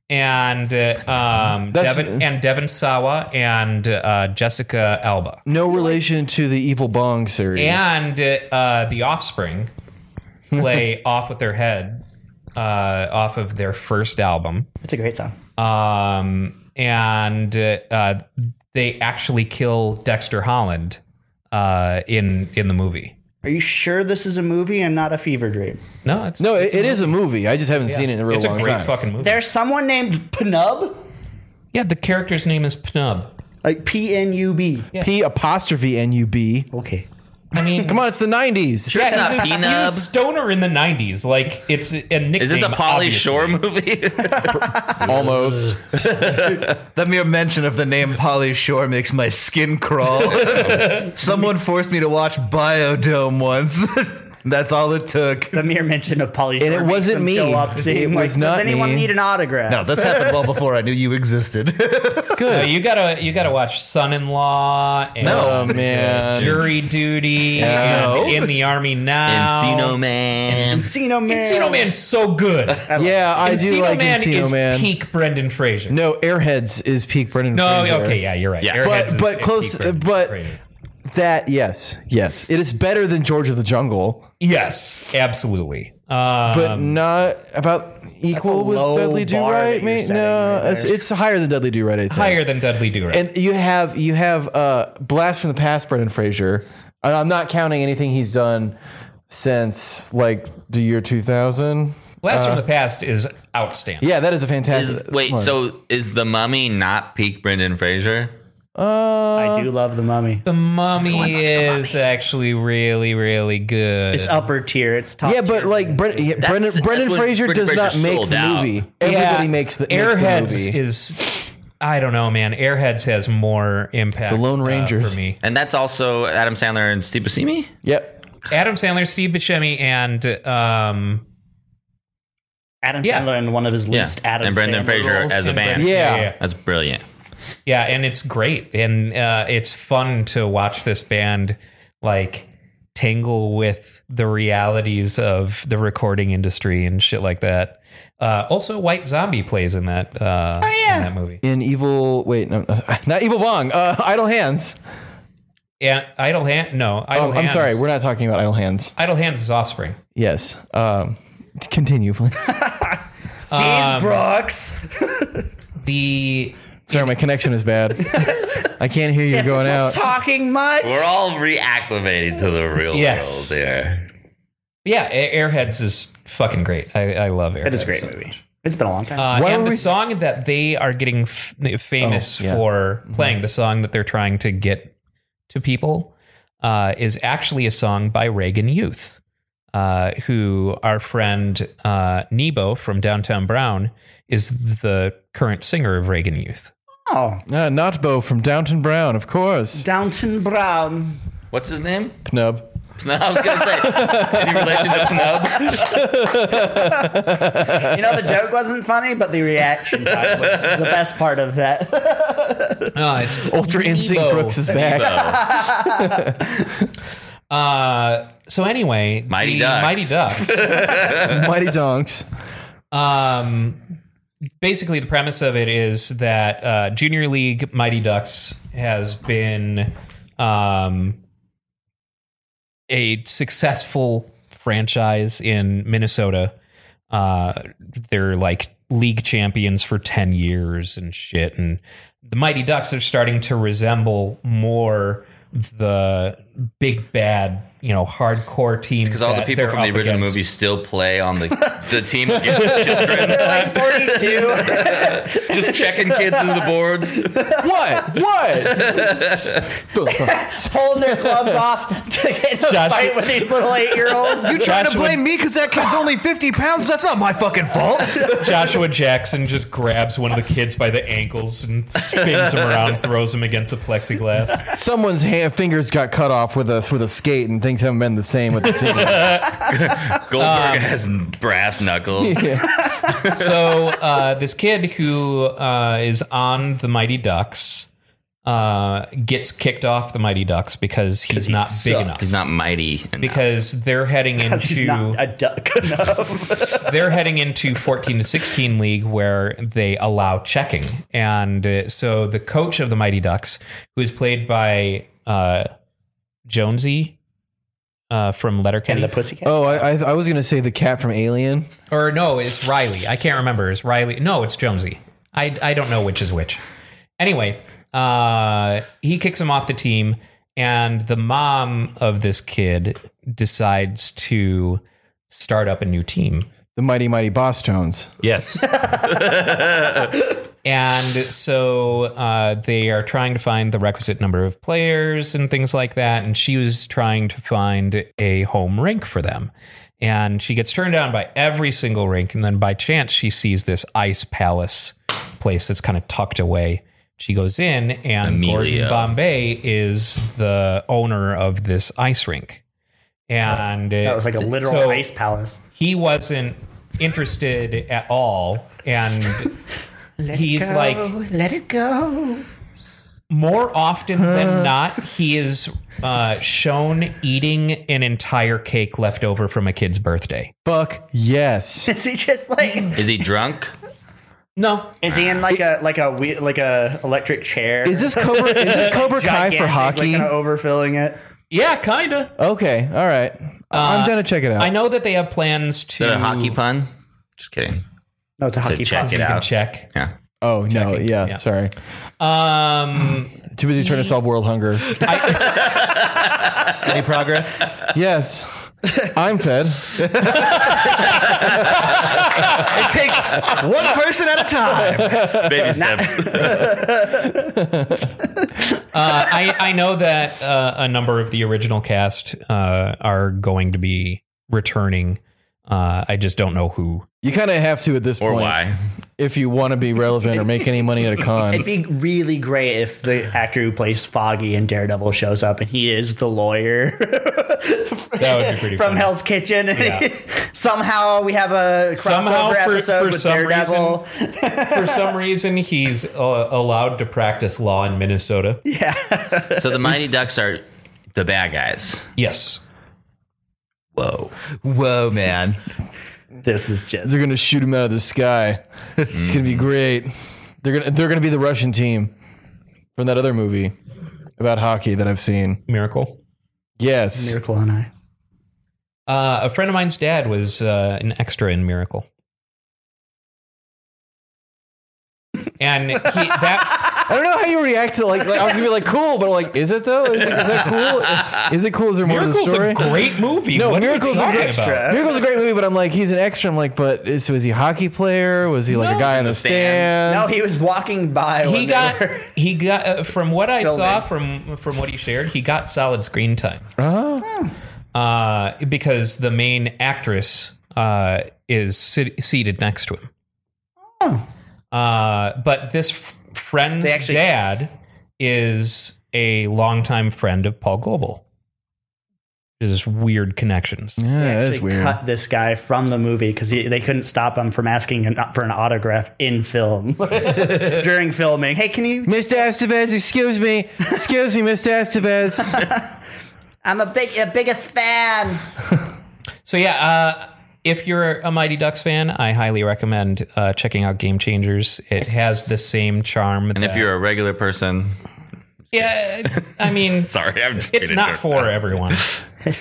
and uh, um,
That's-
Devin and Devin Sawa and uh, Jessica Alba
No relation to the Evil Bong series.
and uh, the Offspring play off with their head uh, off of their first album.
It's a great song.
um, and uh, uh, they actually kill Dexter Holland uh, in in the movie.
Are you sure this is a movie and not a fever dream?
No, it's
No, it, it is a movie. I just haven't seen it in a real
it's a
long
great
time.
fucking movie.
There's someone named Pnub,
yeah, the character's name is Pnub.
like P N U B.
P apostrophe N U B.
Okay.
I mean,
Come on, it's the nineties.
It's
yeah,
not
he's, a, he's a
P-Nub.
stoner in the '90s. Like it's a a nickname.
Is this a Polly
obviously.
Shore movie?
Almost.
The mere mention of the name Polly Shore makes my skin crawl. Someone forced me to watch Biodome once. That's all it took.
The mere mention of Polly Shore
it
makes
wasn't
them
me.
Show up
It
being
was
like,
not
Does anyone
me."
need an autograph?
No, this happened well before I knew you existed.
Uh, you gotta you gotta watch Son-in-Law and
Oh man.
Jury Duty and In the Army Now.
Encino Man.
Encino Man.
Encino Man's so good.
Yeah, I do
Encino
like
Man
Encino
is
Man.
peak Brendan Fraser.
No, Airheads is peak Brendan.
No,
Fraser.
okay, yeah, you're right.
Yeah.
Airheads
But-
is-
but
is
close-
peak Brendan
but-
Fraser.
That yes, yes, it is better than George of the Jungle,
yes, absolutely. Um,
but not about equal with
low
Dudley Do
bar that
Right.
you're
mate.
setting right
No, it's,
there.
it's higher than Dudley Do Right. I think.
higher than Dudley Do Right.
And you have you have uh, Blast from the Past, Brendan Fraser, and I'm not counting anything he's done since like the year 2000.
Blast
uh,
from the Past is outstanding.
Yeah, that is a fantastic.
Is- wait,
one.
so is the mummy not peak Brendan Fraser?
uh,
I do love the mummy.
The Mummy is actually really, really good.
It's upper tier. It's top.
yeah, but
tier.
like Brendan yeah, Brendan,
that's
Brendan
when
Fraser
Brendan
does not
Fraser
make
sold
the
out.
movie.
Yeah,
Everybody makes the
Airheads
makes the movie.
is. I don't know, man. Airheads has more impact.
The Lone
uh,
Rangers.
for me.
And that's also Adam Sandler and Steve Buscemi.
yep.
Adam Sandler, Steve Buscemi, and um,
Adam
yeah.
Sandler and one of his
Yeah,
least Adam
and Brendan
Sandler
Fraser
roles.
as a
and
band.
Brendan-
Yeah.
yeah,
That's brilliant.
Yeah, and it's great, and uh, it's fun to watch this band like tangle with the realities of the recording industry and shit like that. Uh, also, White Zombie plays in that.
Oh,
Uh, in that movie.
In Evil, wait, no, not Evil Bong. Uh, Idle Hands.
And Idle Hand, no, Idle
Um, I'm
Hands.
sorry, we're not talking about Idle Hands.
Idle Hands is Offspring.
Yes. Um, continue, please.
Jeez, Brooks.
Um, The
sorry, my connection is bad. I can't hear you going out.
Talking much.
We're all reacclimated to the real
Yes.
world here.
yeah, Air- Airheads is fucking great. I, I love Airheads.
It is a great movie. It's been a long time.
Uh,
Why
and
were
the
we-
song that they are getting f- famous
Oh, yeah.
for playing, the song that they're trying to get to people, uh, is actually a song by Reagan Youth, uh, who our friend uh, Nebo from Downtown Brown is the current singer of Reagan Youth.
oh,
Uh, Notbo from Downton Brown, of course.
Downton Brown.
What's his name?
Pnub.
Snub, I was gonna say any relation to snub.
You know, the joke wasn't funny, but the reaction time was the best part of that.
Uh, it's
Ultra Instinct
Nebo.
Brooks is back.
Uh, so anyway,
Mighty
the
Ducks.
Mighty Ducks.
Mighty Dunks.
um, basically, the premise of it is that uh, Junior League Mighty Ducks has been um, a successful franchise in Minnesota. Uh, they're like league champions for 10 years and shit. And the Mighty Ducks are starting to resemble more the big bad, you know, hardcore teams.
Because all the
that
people
they're
from the
up
original
against.
movie still play on the, the team against the children.
like 42.
Just checking kids into the boards.
What? What?
pulling their gloves off to get in a
Josh-
fight with these little eight year olds.
You trying to
Joshua-
blame me because that kid's only 50 pounds? That's not my fucking fault.
Joshua Jackson just grabs one of the kids by the ankles and spins him around, throws him against the plexiglass.
Someone's hand, fingers got cut off with a with a skate, and things haven't been the same with the team.
Um,
Goldberg has brass knuckles.
So uh, this kid who uh, is on the Mighty Ducks uh, gets kicked off the Mighty Ducks because he's
he
not big
sucks.
enough.
He's not mighty. enough.
because they're heading
He's not
into
a duck enough.
they're heading into 14 to 16 league where they allow checking and uh, so the coach of the mighty ducks who is played by uh, jonesy uh, from letterkenny
And the pussycat.
Oh, I, I, I was gonna say the cat from Alien.
or no, it's Riley. I can't remember. It's Riley. No, it's Jonesy. I, I don't know which is which. Anyway, uh, he kicks him off the team, and the mom of this kid decides to start up a new team.
The mighty mighty boss tones.
yes.
And so uh, they are trying to find the requisite number of players and things like that. And she was trying to find a home rink for them. And she gets turned down by every single rink. And then by chance, she sees this ice palace place that's kind of tucked away. She goes in, and Gordon
Emilio.
Bombay is the owner of this ice rink. And
That was like a literal
so-
ice palace.
he wasn't interested at all and he's like Oh, let it go more often than not he is uh, shown eating an entire cake left over from a kid's birthday
Fuck yes.
Is he just like?
Is he drunk?
no
Is he in like a like a we- like a electric chair?
Is this Cobra? Is this Cobra Kai
Gigantic,
for hockey?
Like, kinda overfilling it.
yeah kinda
Okay, all right. I'm gonna check it out.
i know that they have plans to
The hockey pun? Just kidding.
No, it's a hockey
check
puck.
it
you can
out.
check
Yeah.
oh no, yeah, sorry.
um
Too busy trying to solve world hunger.
Any progress?
Yes, I'm fed.
It takes one person at a time.
Baby steps.
uh, I, I know that uh, a number of the original cast uh, are going to be returning. Uh, I just don't know who.
You kind of have to at this
or
point
why?
if you want to be relevant or make any money at a
It'd
con.
be really great if the actor who plays Foggy in Daredevil shows up and he is the lawyer
That would be pretty
from
funny.
Hell's Kitchen.
Yeah.
Somehow we have a crossover
Somehow for-
episode
for
with
some
Daredevil.
For some reason, he's uh, allowed to practice law in Minnesota.
So the Mighty Ducks are the bad guys.
Yes.
Whoa. Whoa, man.
This is just
They're gonna shoot him out of the sky. It's gonna be great. They're gonna they're gonna be the Russian team from that other movie about hockey that I've seen.
Miracle.
Yes,
Miracle on Ice.
Uh, a friend of mine's dad was uh, an extra in Miracle. And he, that
I don't know how you react to like, like I was gonna be like cool, but like is it though? Is, it, is that cool? Is, it cool? Is there more to the
Miracle's
story?
a great movie.
No,
What are you
Miracle's a
talking
great-
about?
Miracle's a great movie, but I'm like he's an extra. I'm like, but is, so is he a hockey player? Was he like a guy on the
stands.
stand?
No, he was walking by. when
he
they
got
were-
he got uh, from what I
Filming.
saw from from what he shared, he got solid screen time
Oh,
uh, because the main actress uh, is sit- seated next to him. Uh, but this f- friend's
Oh. They actually-
dad is a longtime friend of Paul Goebel. There's just weird connections.
Yeah, that's
actually
weird.
cut this guy from the movie because they couldn't stop him from asking an, for an autograph in film during filming. Hey, can you?
Mr. Estevez, excuse me. Excuse me, Mr. Estevez.
I'm a big, a biggest fan.
So yeah, uh, if you're a Mighty Ducks fan, I highly recommend uh, checking out Game Changers. It has the same charm.
And if you're a regular person,
yeah, I mean,
sorry, I'm
it's not for everyone.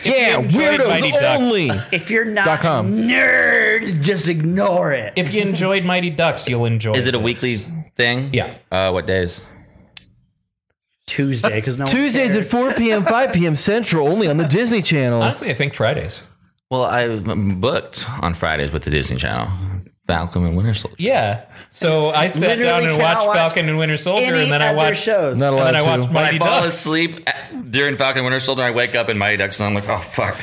yeah,
enjoyed Mighty
weirdos
Ducks.
only.
If you're not
Dot com.
a nerd, just ignore it.
If you enjoyed Mighty Ducks, you'll enjoy.
Is it a
this.
weekly thing?
Yeah.
Uh, what days?
Tuesday, because no one
Tuesdays at
cares.
4 p.m., 5 p.m. Central, only on the Disney Channel.
Honestly, I think Fridays.
Well, I'm booked on Fridays with the Disney Channel. Falcon and Winter Soldier.
Yeah. So I sat
Literally
down and
cannot
watched
watch
Falcon and Winter Soldier,
Any
and then I
other
watched.
shows.
Not
And
allowed
then I watched
to.
When
Mighty
I fall
Ducks.
asleep at- during Falcon and Winter Soldier, I wake up in Mighty Ducks, and I'm like, oh fuck.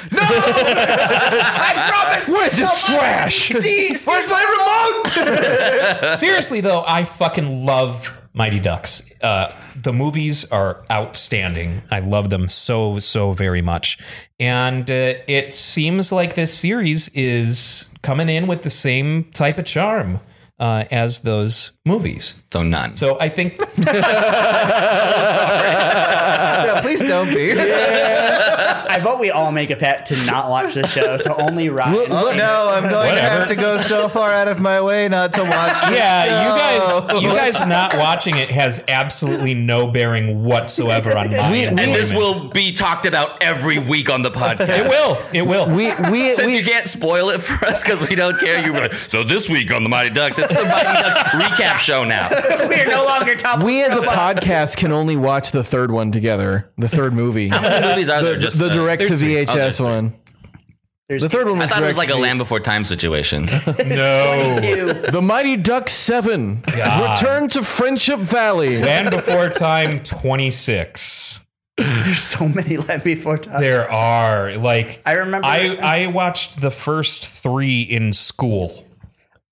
What is this trash?
Where's my remote?
Seriously though, I fucking love Mighty Ducks. Uh, the movies are outstanding. I love them so so very much, and uh, it seems like this series is coming in with the same type of charm uh, as those movies.
So none.
So I think
please don't be.
I vote we all make a bet to not watch this show, so only Ryan.
Oh, no, I'm going to
Whatever.
have to go so far out of my way not to watch. This
yeah,
show.
you guys you guys not watching it has absolutely no bearing whatsoever on my
We- we-
and this
enjoyment.
will be talked about every week on the podcast.
it will it will
We, we,
Since
we,
you can't spoil it for us because we don't care, you were like, so this week on the Mighty Ducks, it's the Mighty Ducks recap show now.
we are no longer top.
we as a podcast can only watch the third one together, the third movie. the
What movies are there? Just
the
uh,
direct to VHS one.
There's
The third one
I
was,
thought it was
direct
like a
to-
Land Before Time situation.
no.
two.
The Mighty Duck 7.
God.
Return to Friendship Valley.
Land Before Time 26.
There's so many left before time.
There are like
I remember-
I I watched the first 3 in school.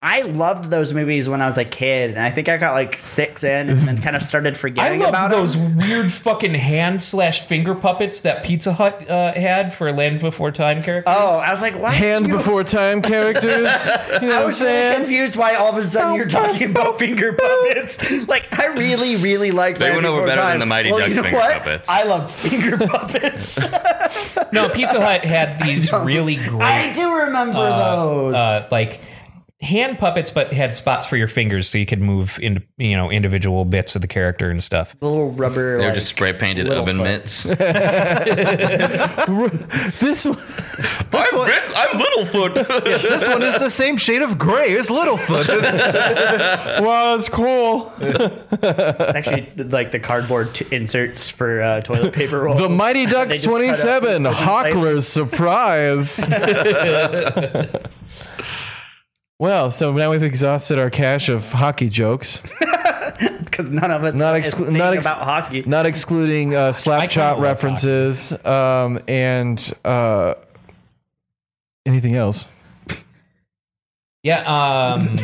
I loved those movies when I was a kid, and I think I got like six in, and then kind of started
I
forgetting about
loved
them.
those weird fucking hand slash finger puppets that Pizza Hut uh, had for Land Before Time characters.
Oh, I was like, why?
Hand
you-
before time characters. You know
I
what
was
I'm
really
saying?
confused why all of a sudden you're talking about finger puppets. Like, I really, really liked.
They
Land
went over
Before
better than
Time.
the Mighty
well,
Ducks
you know
finger
what?
puppets.
I loved finger puppets.
No, Pizza Hut had these really
I
great
do remember those.
uh, like hand puppets but had spots for your fingers so you could move into you know individual bits of the character and stuff.
the little rubber.
They're
like,
just spray painted oven mitts. I'm,
This one,
Rick, I'm Littlefoot.
This one is the same shade of gray as Littlefoot.
wow, that's cool.
it's actually like the cardboard t- inserts for uh, toilet paper rolls.
The Mighty Ducks
just cut out
27,
the wooden plate.
Hockler's Surprise. well, so now we've exhausted our cache of hockey jokes,
because none of us
Not
not
exclu-
think
not ex-
about hockey.
not excluding uh, slap
kinda
chop
love
references um, and uh, anything else.
Yeah, um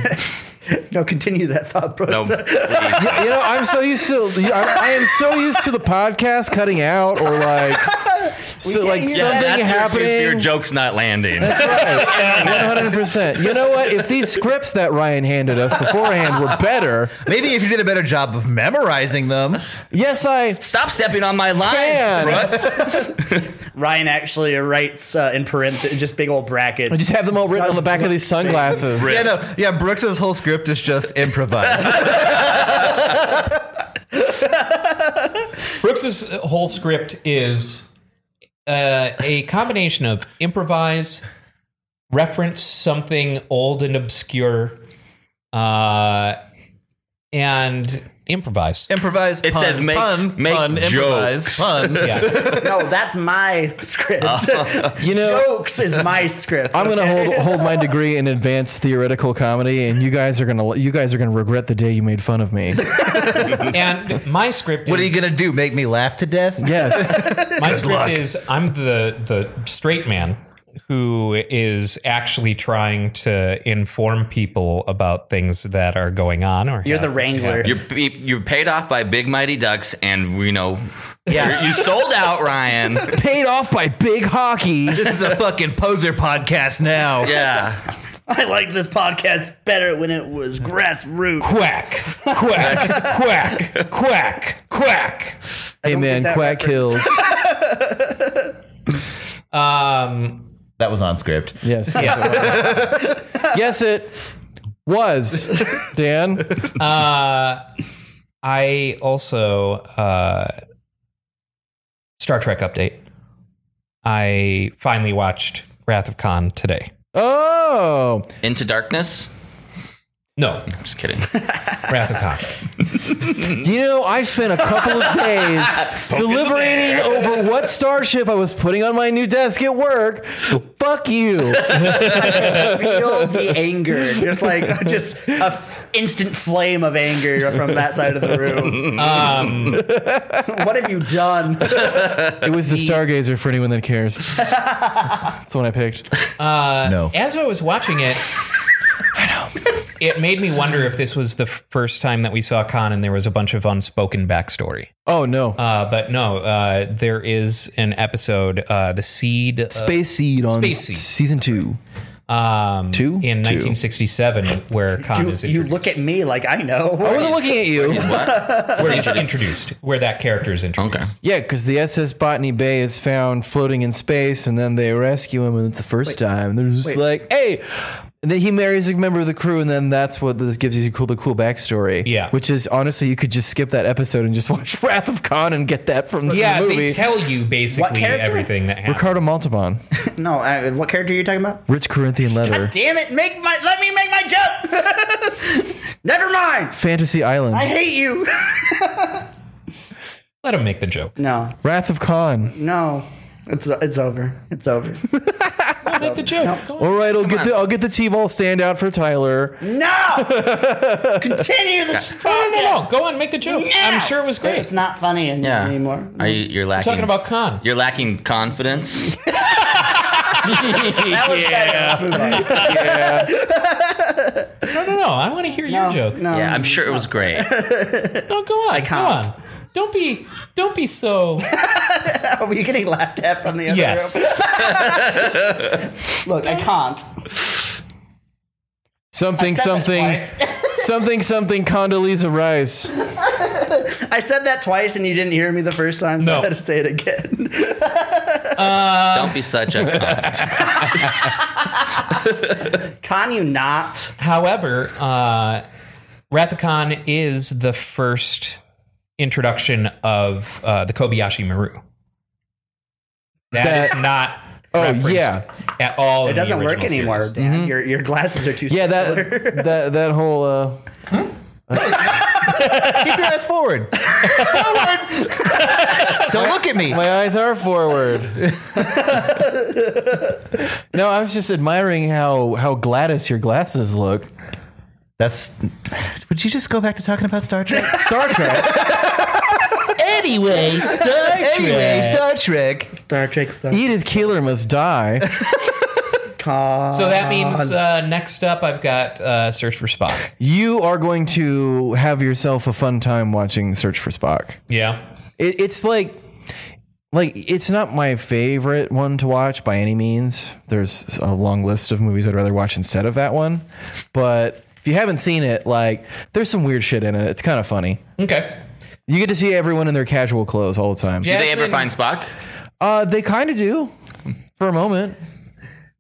No, continue that thought
no,
process.
please.
You know, I'm so used to I'm, I am so used to the podcast cutting out or like so like
hear
Yeah,
something
that's your excuse for Your,
happening.
joke's not landing.
That's right, 100%. You know what? If these scripts that Ryan handed us beforehand were better,
Maybe if you did a better job of memorizing them.
yes, I
Stop stepping on my line.
Man.
Ruts.
Ryan actually writes uh, in parentheses, just big old brackets.
I just have them all written on the back of these sunglasses.
Yeah, no, yeah. Brooks's whole script is just improvised.
Brooks's whole script is uh, a combination of improvise, reference something old and obscure, uh, and improvise.
improvise.
It
pun,
says make-
pun,
make
pun, improvise,
jokes.
pun.
Yeah,
no, that's my script.
You know,
Jokes is my script.
I'm gonna hold hold my degree in advanced theoretical comedy, and you guys are gonna you guys are gonna regret the day you made fun of me.
and my script.
What are
is,
you gonna do? Make me laugh to death?
Yes,
My script is I'm the the straight man who is actually trying to inform people about things that are going on. Or
You're
have-
the wrangler.
You're, you're paid off by big mighty ducks, and you know Yeah, you sold out, Ryan.
Paid off by big hockey.
This is a fucking poser podcast now.
Yeah,
I like this podcast better when it was grassroots.
Quack, quack, quack, quack, quack.
Hey man,
that
Quack Hills.
Um,
That was on script.
Yes. yes, it was. Dan.
uh, I also uh, Star Trek update. I finally watched Wrath of Khan today.
Oh,
Into Darkness.
No,
I'm just kidding.
Wrath of Khan.
you know, I spent a couple of days deliberating over what starship I was putting on my new desk at work. So fuck you.
Feel the anger, just like just a f- instant flame of anger from that side of the room.
Um,
What have you done?
It was the Stargazer for anyone that cares. That's, that's the one I picked.
no.
as I was watching it, it made me wonder if this was the first time that we saw Khan and there was a bunch of unspoken backstory.
Oh no,
Uh, but no, uh, there is an episode, uh, The Seed. uh,
Space Seed on
Space Seed.
season two.
um,
Two?
in
Two.
1967, where Khan
You,
is
you
introduced.
look at me like I
I
know.
wasn't looking at you.
where he's introduced, where that character is introduced.
Okay.
Yeah, because the SS Botany Bay is found floating in space, and then they rescue him, and it's the first time. They're just like, hey. And then he marries a member of the crew, and then that's what this gives you the cool, the cool backstory.
Yeah.
which is honestly, you could just skip that episode and just watch Wrath of Khan and get that from the
Yeah,
movie.
they tell you
What
basically
character?
everything that happened.
Ricardo Montalban,
No, I, what character are you talking about?
rich Corinthian leather,
Damn it! Make my let me make my joke. Never mind.
Fantasy Island,
I hate you.
Let him make the joke.
No,
Wrath of Khan.
no, it's it's over. It's over.
Make the joke. Go on.
All right, I'll get the I'll get the T-ball standout for Tyler.
No, continue the
No,
podcast.
no, no. Go on, make the joke. I'm sure it was great.
It's not funny an-
Yeah.
anymore.
Are you, you're lacking.
Talking about Khan.
You're lacking confidence.
that was yeah.
No, no, no. I want to hear your joke. No,
No,
Yeah, I'm sure it was great.
go on.
can't.
Go on. Don't be, don't be so.
Are you getting laughed at from the other
yes.
room? Look, I can't.
Something
said that
something
twice.
something something Condoleezza Rice.
I said that twice and you didn't hear me the first time, so
No.
I had to say it again.
Don't be such a cunt.
Can you not?
However, uh, Rathacon is the first introduction of uh, the Kobayashi Maru. that is
That-
not.
Oh,
referenced
yeah.
at all.
It doesn't work anymore, Dan. Your your glasses are too.
Mm-hmm. Yeah,
similar.
that that that whole uh
Keep your ass forward. forward. Don't look at me.
my eyes are forward. no, I was just admiring how how Gladys your glasses look.
That's. Would you just go back to talking about Star Trek?
Star Trek.
anyway, Star Trek. Anyway, Star Trek.
Star Trek stuff.
Edith Keeler must die.
So that means uh, next up, I've got uh, Search for Spock.
You are going to have yourself a fun time watching Search for Spock.
Yeah.
It, it's like like it's not my favorite one to watch by any means. There's a long list of movies I'd rather watch instead of that one. But if you haven't seen it, like there's some weird shit in it. It's kind of funny.
Okay.
You get to see everyone in their casual clothes all the time.
Did they ever
Jasmine-
find Spock?
Uh, they kind of do for a moment.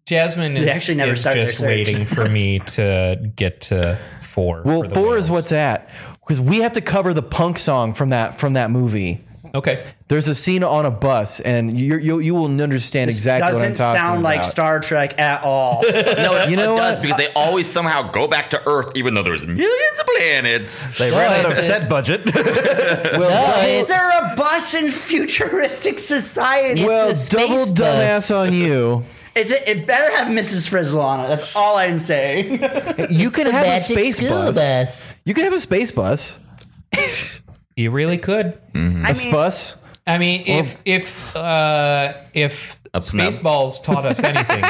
Jasmine is,
actually never
is
start their
just
search.
waiting for me to get to four.
Well,
for the
four is
whales.
what's at because we have to cover the punk song from that from that movie.
okay.
There's a scene on a bus, and you you you will understand exactly what I'm
doesn't
talking
sound like
about.
Star Trek at all.
No,
You know
it does
what?
because they always somehow go back to Earth, even though there's millions of planets.
They ran out of set budget.
Well,
Is there a bus in futuristic society?
Well, double dumbass on you.
Is it? It better have Mrs. Frizzle on it. That's all I'm saying.
You can have a space bus. You can have a space bus.
You really could.
a bus.
I mean, if if uh, if
snub.
Spaceballs taught us anything,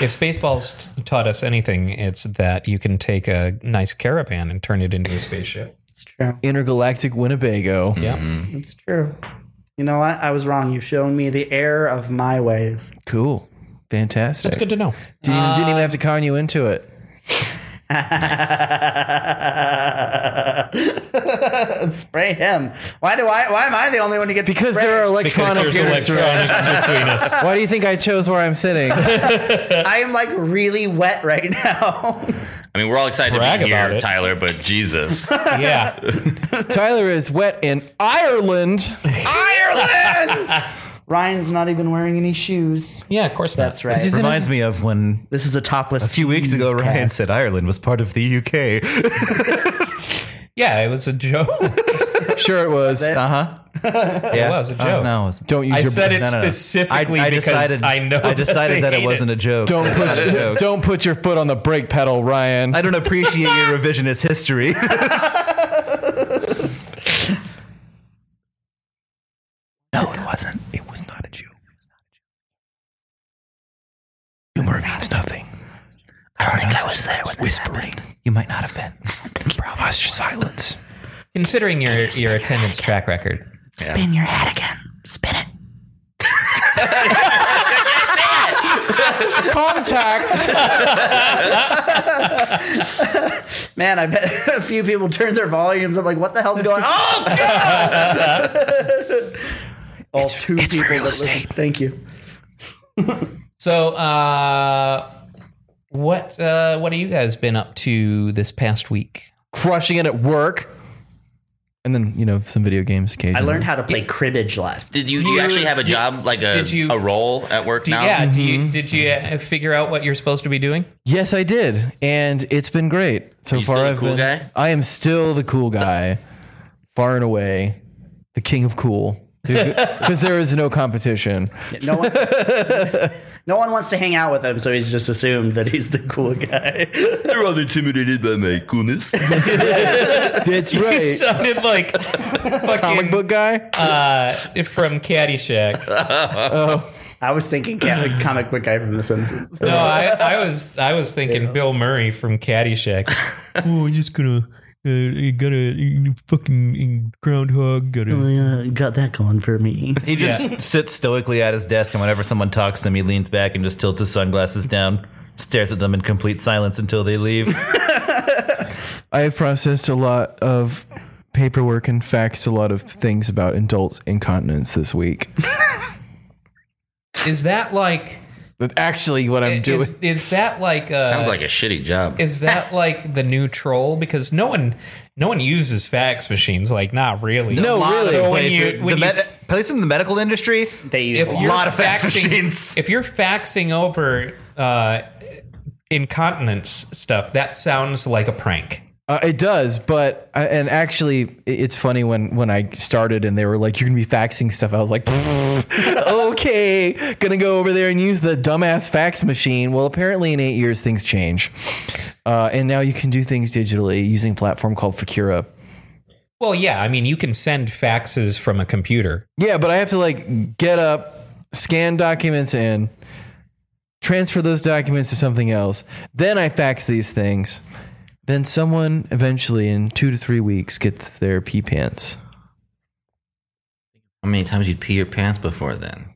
if Spaceballs t- taught us anything, it's that you can take a nice caravan and turn it into a spaceship.
It's true.
intergalactic Winnebago.
Yeah.
It's true. You know what? I was wrong. You've shown me the error of my ways.
Cool. Fantastic.
That's good Uh, to know.
Didn't, even- didn't even have to con you into it.
Spray him. Why do I? Why am I the only one who gets?
Because
sprayed?
there are electronic
there's
units
electronics
around.
between us.
Why do you think I chose where I'm sitting?
I am like really wet right now.
I mean, we're all excited
Brag
to be
about
here,
it.
Tyler, but Jesus.
Yeah.
Tyler is wet in Ireland.
Ryan's not even wearing any shoes.
Yeah, of course not.
That's right.
This is-
Reminds me of when
This is a topless.
a few weeks ago Ryan said Ireland was part of the UK.
Yeah, it was a joke. it
Sure, it was.
Uh huh. Yeah.
was a joke.
Uh, no, it wasn't.
Don't use
I
your
said it
No, no, no.
specifically because
decided,
I know.
I decided that it wasn't a joke.
Don't
It's not a
put,
joke.
don't put your foot on the brake pedal, Ryan.
I don't appreciate your revisionist history.
No, it wasn't. It was not a Jew. Humor means nothing. I don't think I was there when whispering.
you might not have been.
Promise your silence.
Considering your your attendance track record.
Spin your head again. Spin it.
Contact.
Man, I bet a few people turned their volumes up. Like, what the hell's going? on? Oh God! All two people that listen. Thank you.
So, uh, what uh, what have you guys been up to this past week?
Crushing it at work. And then, you know, some video games
I
occasionally.
learned how to play cribbage last.
Did you, do you,
you-
actually have a job, like a,
did you-
a role at work
Do you-
now?
yeah, do
Mm-hmm.
you, did you uh, figure out what you're supposed to be doing?
Yes, I did. And it's been great. So
you
far,
still the
I've
cool
been.
guy?
I am still the cool guy. Far and away. The king of cool. Because there is no competition.
No one, no one wants to hang out with him, so he's just assumed that he's the cool guy.
They're all intimidated by my coolness.
That's right.
sounded like
Comic book guy?
uh, from Caddyshack.
I was thinking ca- comic book guy from The Simpsons.
No, I, I was I was thinking Bill Murray from Caddyshack.
Oh, I'm just gonna. Uh, you gotta you fucking groundhog. Gotta.
got that going for me.
He just sits stoically at his desk, and whenever someone talks to him, he leans back and just tilts his sunglasses down, stares at them in complete silence until they leave.
I have processed a lot of paperwork and faxed a lot of things about adult incontinence this week.
Is that like
That's actually what I'm doing.
is, is that like uh,
Sounds like a shitty job.
is that like the new troll? Because no one no one uses fax machines. Like not really.
No, really.
So when
Place
you
it-
when
the
you
med- place in the medical industry,
They use
if
a
you're
lot.
lot of fax
faxing,
machines.
If you're faxing over uh, incontinence stuff, that sounds like a prank.
Uh, it does, but I, and actually, i- it's funny when when I started and they were like, "You're gonna be faxing stuff." I was like, "Okay, gonna go over there and use the dumbass fax machine." Well, apparently, in eight years, things change, uh, and now you can do things digitally using a platform called Fakura.
Well, yeah, I mean you can send faxes from a computer.
Yeah, but I have to like get up, scan documents in, transfer those documents to something else. Then I fax these things. Then someone eventually in two to three weeks gets their pee pants.
How many times you'd pee your pants before then?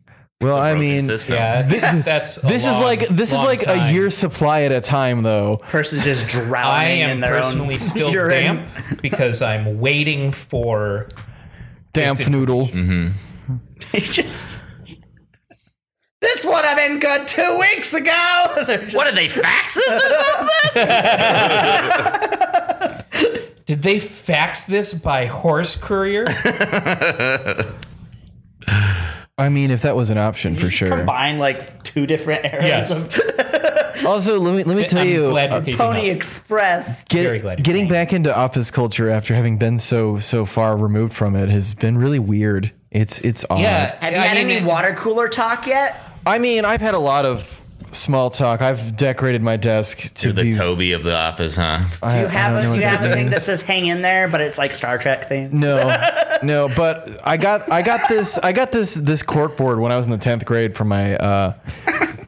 Well, I
Broken
mean,
system.
Yeah, that's, that's a
this is
long-
like this is
long
like a
time.
year's supply at a time, though.
Person just drowning
I
in
am
their
personally
own
still
urine.
damp because I'm waiting for
Damp noodle.
Mm-hmm.
He just. This would have been good two weeks ago. They're just-
What are they faxes?
Did they fax this by horse courier?
I mean, if that was an option for sure.
combine like two different eras
Yes.
of
Also, let me let me tell
I'm
you, Uh,
glad we're keeping
Pony
up.
Express.
get-
very glad you
getting
came.
back into office culture after having been so so far removed from it has been really weird. It's it's odd.
Yeah.
Have you
I
had
mean,
any
it-
water cooler talk yet?
I mean, I've had a lot of small talk. I've decorated my desk to
You're the
be.
Toby of the office, huh?
I-
Do you
I
have
don't know
a, do you
what
have
that
a thing
means.
that says "Hang in there," but it's like Star Trek thing?
No, no, but I got I got this I got this this cork board when I was in the tenth grade from my uh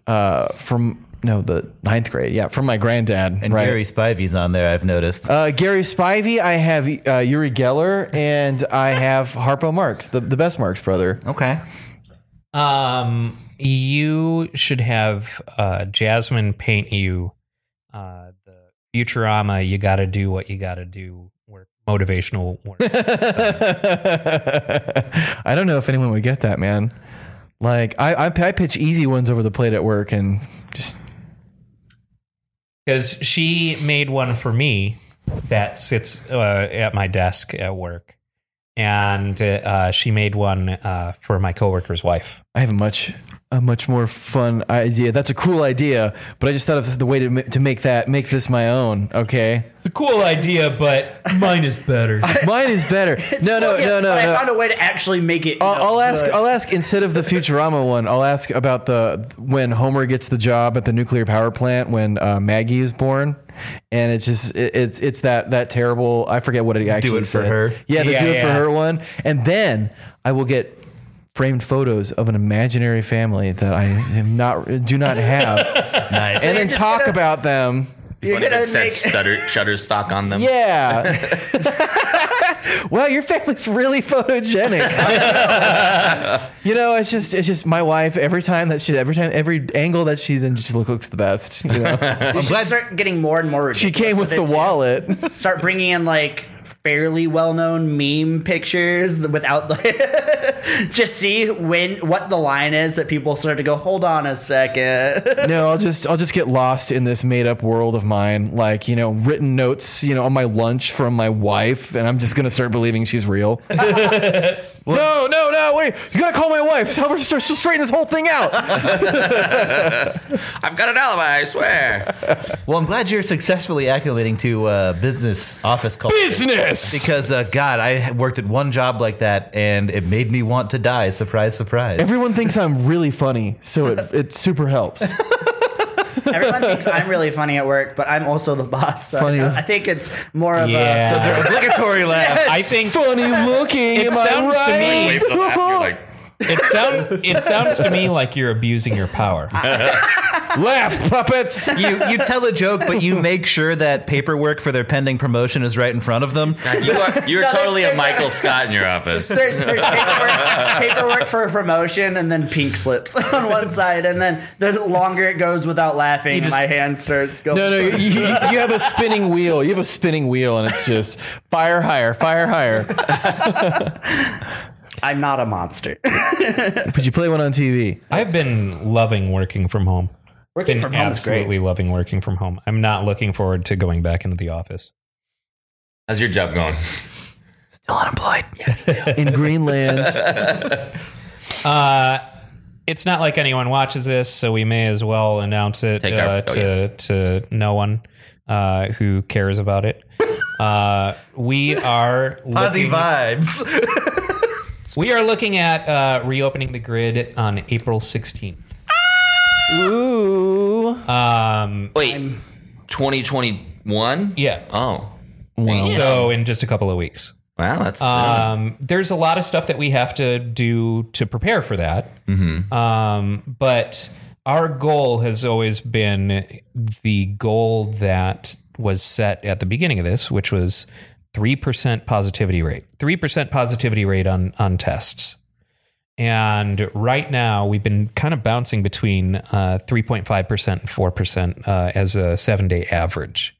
uh from no, the ninth grade. Yeah, from my granddad.
And
right.
Gary Spivey's on there, I've noticed.
Uh, Gary Spivey, I have uh, Yuri Geller, and I have Harpo Marx, the, the best Marx brother.
okay.
Um, you should have uh, Jasmine paint you uh, the Futurama. You got to do what you got to do. Work motivational work.
I don't know if anyone would get that, man. Like, I, I, I pitch easy ones over the plate at work and just.
because she made one for me that sits uh, at my desk at work, and uh, uh, she made one uh, for my coworker's wife.
I have a much a much more fun idea. That's a cool idea, but I just thought of the way to ma- to make that make this my own. Okay,
It's a cool idea, but
Mine is better.
mine is better. no, no,
Oh, Yeah,
no, no,
but I found
no.
a way to actually make it. you know,
I'll, I'll ask.
good.
I'll ask instead of the Futurama one. I'll ask about the when Homer gets the job at the nuclear power plant when uh, Maggie is born, and it's just it, it's it's that that terrible. I forget what it actually
it for
said.
her.
Yeah, the
Yeah,
do it for
yeah.
her one, and then I will get framed photos of an imaginary family that I am not do not have.
Nice.
and then talk about them.
You're
One that
gonna
says
make.
stutter, Shutterstock on them.
Yeah. wow, your family's really photogenic. you know, it's just it's just my wife. Every time that she, every time every angle that she's in, she just look, looks the best. You know,
We should start getting more and more.
she came with the wallet.
Start bringing in like fairly well-known meme pictures without the. just see when what the line is that people start to go. Hold on a second.
no, I'll just I'll just get lost in this made up world of mine. Like you know, written notes. You know, on my lunch from my wife, and I'm just gonna start believing she's real. no, no, no. Wait, you gotta call my wife. Help her to straighten this whole thing out.
I've got an alibi, I swear.
Well, I'm glad you're successfully acclimating to uh, business office culture.
Business.
Because, uh, God, I worked at one job like that and it made me want to die. Surprise, surprise.
Everyone thinks I'm really funny, so it, it super helps.
Everyone thinks I'm really funny at work, but I'm also the boss. So
Funny.
I, I think it's more of a.
yeah,
obligatory laugh.
I think
funny looking.
It
am
sounds to me-
I
Wave the laugh, you're like,
it sound it sounds to me like you're abusing your power.
to me. Laugh puppets.
you, you tell a joke, but you make sure that paperwork for their pending promotion is right in front of them.
"God, you are, you're totally a
there's-
Michael Scott in your office.
There's, there's paperwork, paperwork for a promotion and then pink slips on one side. And then the longer it goes without laughing, my hand starts going.
No, no, you, you you have a spinning wheel. You have a spinning wheel, and it's just fire higher, fire higher.
I'm not a monster.
But you play one on TV.
I've been loving working from home.
Working
Been
from home is great.
absolutely loving working from home. I'm not looking forward to going back into the office.
How's your job going?
In Greenland,
Uh, it's not like anyone watches this, so we may as well announce it
Take
uh,
our- oh,
to to no one uh, who cares about it. uh, we are
Fuzzy
looking,
vibes.
we are looking at uh, reopening the grid on April sixteenth.
ooh,
Um,
Wait, 2021?
yeah.
Oh,
So in just a couple of weeks.
wow, that's
Um, there's a lot of stuff that we have to do to prepare for that. Um, but our goal has always been the goal that was set at the beginning of this, which was 3% positivity rate, 3% positivity rate on, on tests. And right now, we've been kind of bouncing between uh, 3.5% and 4% uh, as a seven day average.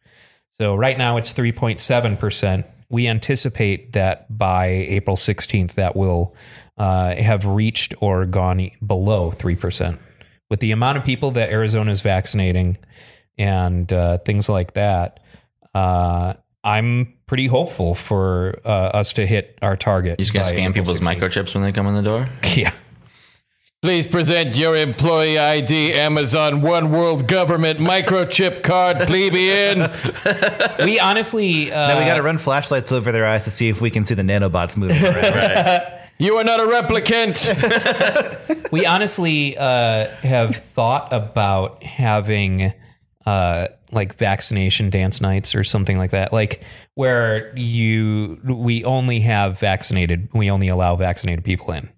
So right now it's 3.7%. We anticipate that by April 16th, that will uh, have reached or gone e-, below 3%. With the amount of people that Arizona is vaccinating and uh, things like that, uh, I'm pretty hopeful for uh, us to hit our target.
You're just going to
by
scan
April
people's
16th.
microchips when they come in the door?
Yeah.
please present your employee ID, Amazon One World Government microchip card, plebeian.
We honestly, uh,
Now we got to run flashlights over their eyes to see if we can see the nanobots moving around.
You are not a replicant.
we honestly uh, have thought about having uh, like vaccination dance nights or something like that, like where you we only have vaccinated, we only allow vaccinated people in.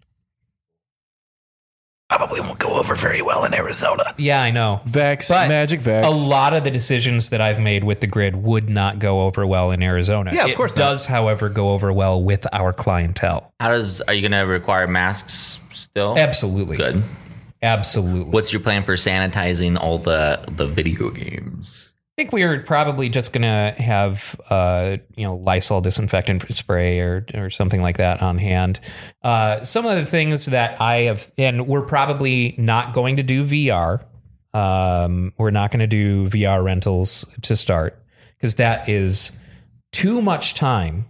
probably won't go over very well in Arizona.
Yeah, I know.
Vex,
But
magic Vex.
A lot of the decisions that I've made with the grid would not go over well in Arizona.
Yeah, of
it
course not.
does, however, go over well with our clientele.
How does are you going to require masks still?
Absolutely.
Good.
Absolutely.
What's your plan for sanitizing all the the video games?
I think we are probably just gonna have uh, you know Lysol disinfectant spray or or something like that on hand. Uh, some of the things that I have, and we're probably not going to do VR. Um, we're not going to do VR rentals to start because that is too much time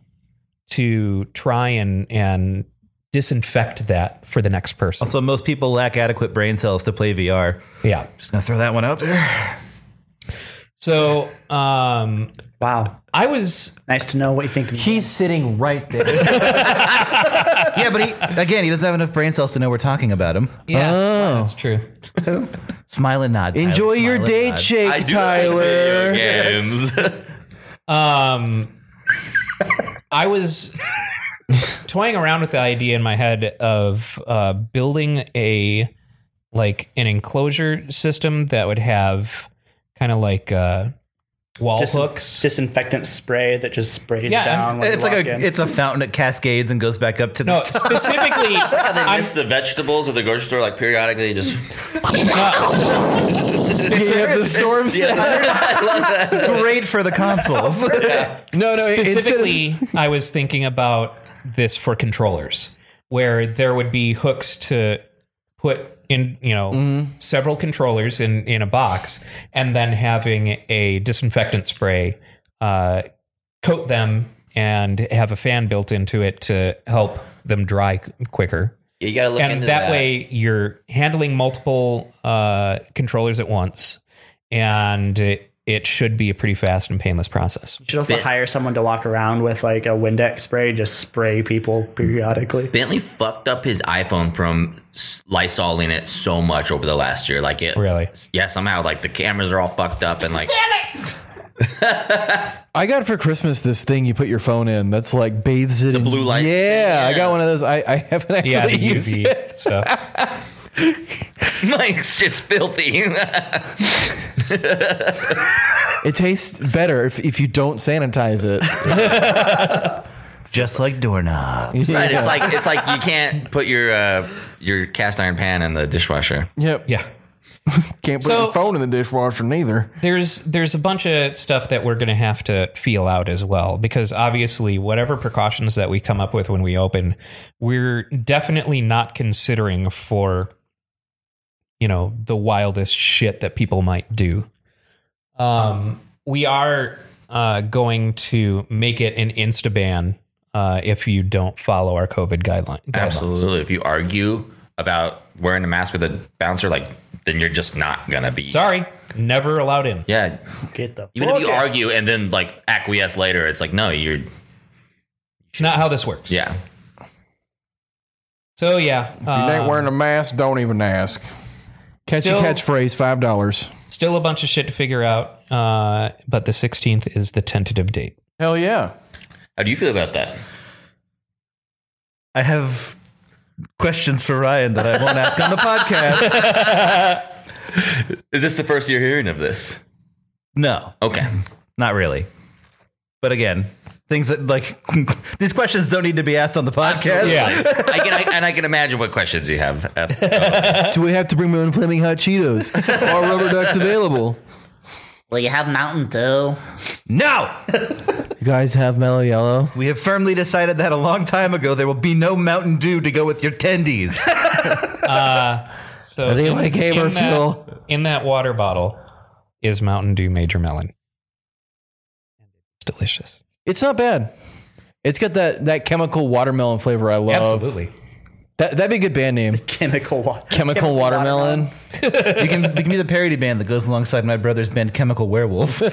to try and and disinfect that for the next person.
Also, most people lack adequate brain cells to play VR.
yeah.
Just gonna throw that one out there.
So um,
Wow.
I was
Nice to know what you think. of me.
He's sitting right there.
yeah, but he, again, he doesn't have enough brain cells to know we're talking about him.
yeah,
Oh.
that's true.
Smile and nod. Tyler.
Enjoy your
Smile and
date
nod.
shake, Tyler.
games.
Um, I was toying around with the idea in my head of uh, building a like an enclosure system that would have kind of like uh, wall
Disin-
hooks.
Disinfectant spray that just sprays
Yeah,
down. When
It's
you
like
walk
a
in.
it's a fountain that cascades and goes back up to the
no,
top.
specifically,
I
I'm-
miss the vegetables at the grocery store like periodically just
You have the storm sound.
great for the consoles.
No, no, it- instead of-
specifically, I was thinking about this for controllers, where there would be hooks to put in, you know, several controllers in in a box, and then having a disinfectant spray uh, coat them and have a fan built into it to help them dry qu- quicker.
you got to look
And
into
that, way, you're handling multiple uh, controllers at once, and it, it should be a pretty fast and painless process.
You should also hire someone to walk around with like a Windex spray, just spray people periodically.
Bentley fucked up his iPhone from s- lysoling it so much over the last year. Like it
Really?
Yeah, somehow like the cameras are all fucked up and like
I got for Christmas this thing you put your phone in that's like bathes it the in
blue light thing,
Yeah, I
yeah.
got one of those. I, I haven't actually
Yeah, the
used it.
UV stuff.
like shit's filthy.
It tastes better if, if you don't sanitize it.
Just like doorknob.
Right,
Yeah.
It's like it's like you can't put your uh, your cast iron pan in the dishwasher.
yep.
Yeah.
Can't put
So-
your phone in the dishwasher neither.
There's there's a bunch of stuff that we're going to have to feel out as well because obviously whatever precautions that we come up with when we open, we're definitely not considering for you know, the wildest shit that people might do. Um we are uh going to make it an instaban uh if you don't follow our COVID guideline. guidelines.
Absolutely. If you argue about wearing a mask with a bouncer, like then you're just not gonna be.
Sorry, never allowed in.
Yeah.
Get the
Even if you
fuck out.
argue and then like acquiesce later, it's like no, you're
It's not how this works.
yeah.
So yeah,
If you ain't
um,
wearing a mask, don't even ask. Catch
Still-
a catchphrase, five dollars.
Still a bunch of shit to figure out, uh, but the 16th is the tentative date.
Hell yeah.
How do you feel about that?
I have questions for Ryan that I won't ask on the podcast.
Is this the first you're hearing of this?
No,
Okay.
not really. But again, things that like these questions don't need to be asked on the podcast.
Yeah.
I can, I, and I can imagine what questions you have. Uh,
Do we have to bring my own flaming hot Cheetos? Are rubber ducks available?
Will you have Mountain Dew?
No,
You guys have mellow yellow?
we have firmly decided that a long time ago there will be no Mountain Dew to go with your tendies.
Uh, So
they like Haber Fuel?
that, in that water bottle is Mountain Dew Major Melon. It's delicious.
It's not bad. It's got that, that chemical watermelon flavor I love.
Absolutely.
That, that'd be a good band name.
chemical water.
Chemical, watermelon.
you can you can be the parody band that goes alongside my brother's band Chemical Werewolf.
All,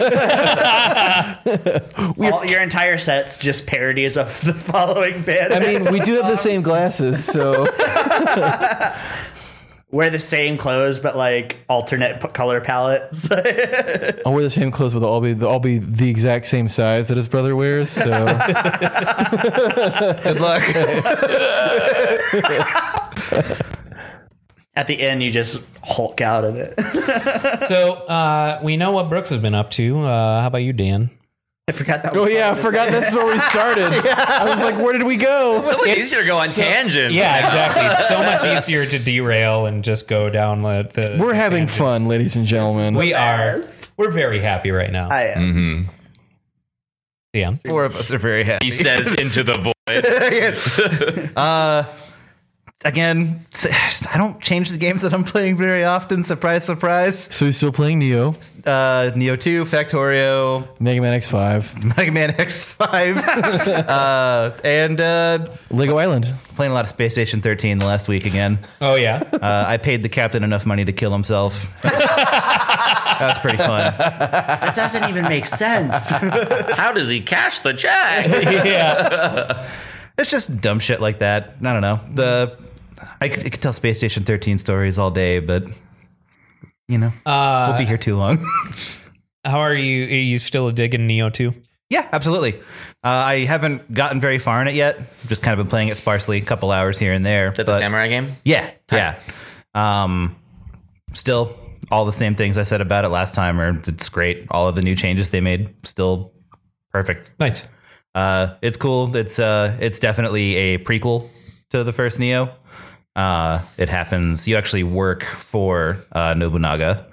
your entire set's just parodies of the following band.
I mean, we do have the same glasses, so
wear the same clothes but like alternate p- color palettes.
I'll wear the same clothes, but they'll all be they'll all be the exact same size that his brother wears. So
Good luck.
at the end, you just Hulk out of it.
So uh, we know what Brooks has been up to. Uh, how about you, Dan?
I forgot that.
Oh
was-
yeah, I forgot this is where we started. I was like, where did we go?
So much
It's
easier to go on
so-
tangents.
Yeah, exactly. It's so much easier to derail and just go down the. the
We're
the
having
tangents.
fun, ladies and gentlemen.
We are. We're very happy right now.
I am.
Mm-hmm.
Dan.
Four of us are very happy.
He says into the void.
Uh, again, s- I don't change the games that I'm playing very often. Surprise, surprise.
So he's still playing Neo,
Uh, Neo 2, Factorio,
Mega Man X5,
Mega Man X5, uh, and uh,
Lego Island.
playing a lot of Space Station 13 the last week again.
Oh yeah.
Uh, I paid the captain enough money to kill himself. that was pretty fun.
That doesn't even make sense.
How does he cash the check?
yeah.
It's just dumb shit like that. I don't know. The I could, I could tell Space Station 13 stories all day, but you know, we'll be here too long.
How are you? Are you still digging Neo two?
Yeah, absolutely. Uh, I haven't gotten very far in it yet. Just kind of been playing it sparsely, a couple hours here and there.
That
but-
the samurai game?
Yeah, yeah. Um, still, all the same things I said about it last time. Or it's great. All of the new changes they made, still perfect.
Nice.
Uh, it's cool. It's uh, it's definitely a prequel to the first Neo. Uh, it happens. You actually work for uh, Nobunaga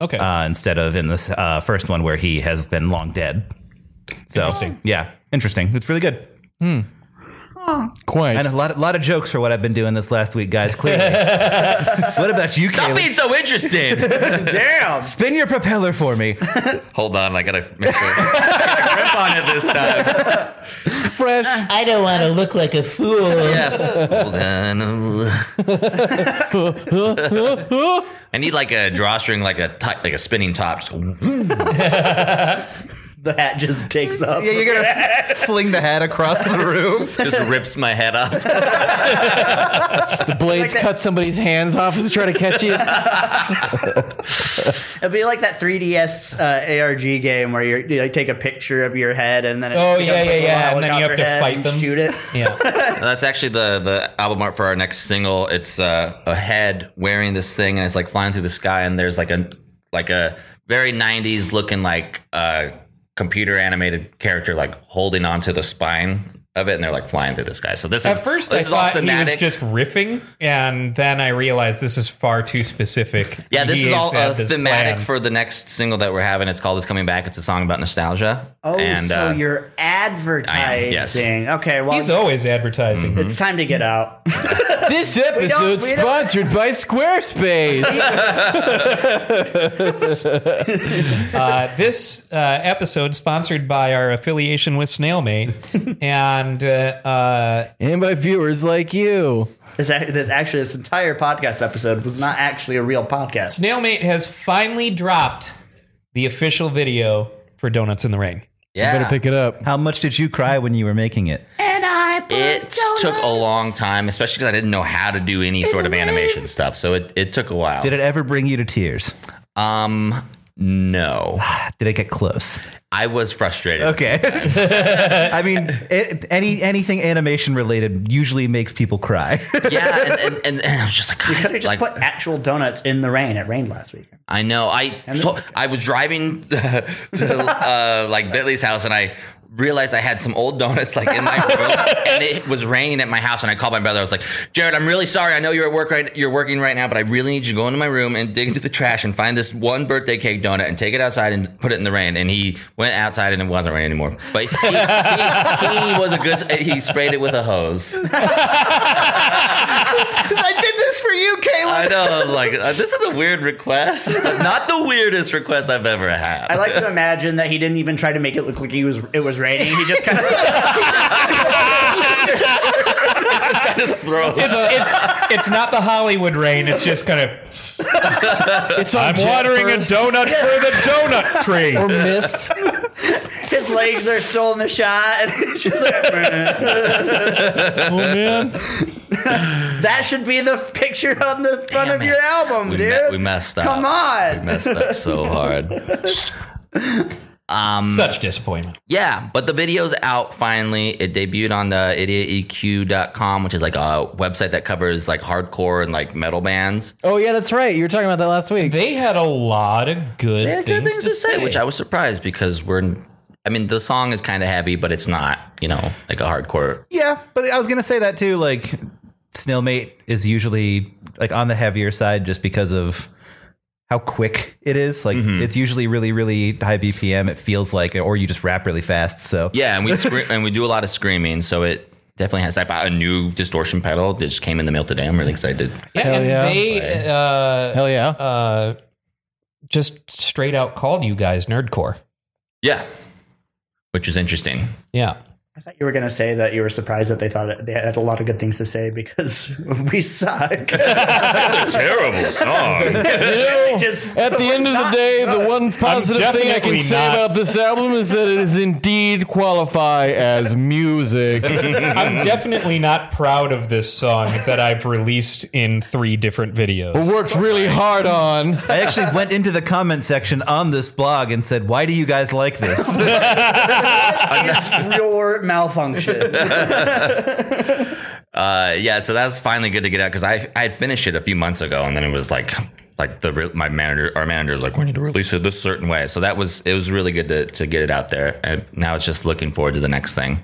Okay.
uh, instead of in this uh, first one where he has been long dead. So
Interesting.
yeah, interesting. It's really good. Hmm.
Quite.
And a lot, lot of jokes for what I've been doing this last week, guys. Clearly. what about you,
Stop
Caleb?
being so interested.
Damn.
Spin your propeller for me.
Hold on, I gotta make sure. Grip on it this time.
Fresh.
I don't want to look like a fool.
Yes. Hold on. I need like a drawstring, like a ti- like a spinning top. Just-
The hat just takes off.
Yeah, you're gonna fling the hat across the room.
just rips my head up.
The blades cut somebody's hands off as they try to catch you.
It'd be like that 3DS uh, ARG game where you're, you like, take a picture of your head and then it
Oh,
becomes
yeah, yeah,
a little
yeah, and then you have to
helicopter head
fight
and
them.
Shoot it.
yeah.
That's actually the the album art for our next single. It's uh, a head wearing this thing, and it's like flying through the sky. And there's like a like a very '90s looking like uh, computer animated character like holding onto the spine of it, and they're like flying through the sky. So this is
At first,
this
I
is all
thought he was
thematic.
just riffing, and then I realized this is far too specific.
Yeah, this
He
is all
had
uh,
this
thematic
planned.
for the next single that we're having. It's called "It's Coming Back." It's a song about nostalgia.
Oh,
and,
so
uh,
you're advertising.
yes.
Okay, well,
He's always advertising.
it's time to get out.
This episode
we don't-
sponsored by Squarespace.
Uh, this uh, episode sponsored by our affiliation with Snailmate, and uh, uh,
and by viewers like you.
This, ac- this actually, this entire podcast episode was not actually a real podcast.
Snailmate has finally dropped the official video for Donuts in the Rain.
yeah,
Better pick it up.
How much did you cry when you were making it?
it took a long time, especially because I didn't know how to do any sort of animation stuff. So it, it took a while.
Did it ever bring you to tears?
Um, no,
Did it get close?
I was frustrated.
Okay. I mean, it, any anything animation related usually makes people cry.
Yeah, and, and, and, and I was just like,
Could
God,
have just
like,
put actual donuts in the rain. It rained last week.
I know. I I was driving to uh, like Bentley's house, and I realized I had some old donuts like in my room, and it was raining at my house. And I called my brother. I was like, Jared, I'm really sorry. I know you're at work right. You're working right now, but I really need you to go into my room and dig into the trash and find this one birthday cake donut and take it outside and put it in the rain. And he went outside, and it wasn't raining anymore. But he, he, he was a good. He sprayed it with a hose.
I did this for you, Caleb.
I know. I'm like, uh, this is a weird request. Not the weirdest request I've ever had.
I like to imagine that he didn't even try to make it look like he was. It was raining. He just kind of.
just throw
It's it's it's not the Hollywood rain. It's just kind of
It's on
I'm
jet
watering a
first
donut for the donut tree.
Or missed.
his legs are still in the shot, and he's just like, "Bruh."
Oh man.
that should be the picture on the front of
it.
your album,
we,
dude.
me- we messed up.
Come on.
We messed up so hard. Um,
Such disappointment.
yeah, but the video's out finally. It debuted on the E idioteq.com, which is like a website that covers like hardcore and like metal bands.
Oh yeah, that's right. You were talking about that last week.
They had a lot of good
They had
things,
good things to say, which I was surprised because we're, I mean, the song is kind of heavy, but it's not, you know, like a hardcore.
Yeah, but I was gonna say that too. Like, Snailmate is usually like on the heavier side just because of how quick it is. Like,
Mm-hmm.
it's usually really, really high BPM. It feels like, or you just rap really fast. So
Yeah, and we scre- and we do a lot of screaming, so it definitely has that. But a new distortion pedal that just came in the mail today. I'm really excited.
Yeah,
Hell
and
yeah.
they uh,
Hell yeah.
uh, just straight out called you guys nerdcore.
Yeah, which is interesting.
Yeah.
I thought you were gonna say that you were surprised that they thought it, they had a lot of good things to say because we suck.
Terrible song.
Just
At the end of the day, the one positive thing I can
definitely
say
not-
about this album is that it is indeed qualify as music.
I'm definitely not proud of this song that I've released in three different videos.
Worked really hard on.
I actually went into the comment section on this blog and said, "Why do you guys like this?"
it's your malfunction.
Uh, yeah, so that's finally good to get out because I I had finished it a few months ago, and then it was like like the re- my manager our manager's like we need to release it this certain way. So that was it was really good to to get it out there, and now it's just looking forward to the next thing.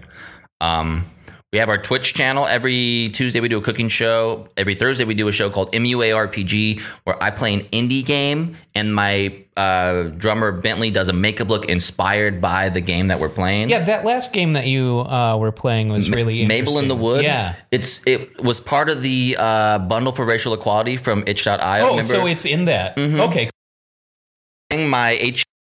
Um, we have our Twitch channel. Every Tuesday we do a cooking show. Every Thursday we do a show called MUARPG, where I play an indie game, and my uh, drummer Bentley does a makeup look inspired by the game that we're playing.
Yeah, that last game that you uh, were playing was really
Mabel in the
interesting.
Wood.
Yeah.
it's it was part of the uh, bundle for racial equality from itch.io.
Oh,
Remember Mm-hmm.
so it's in that. Okay.
playing my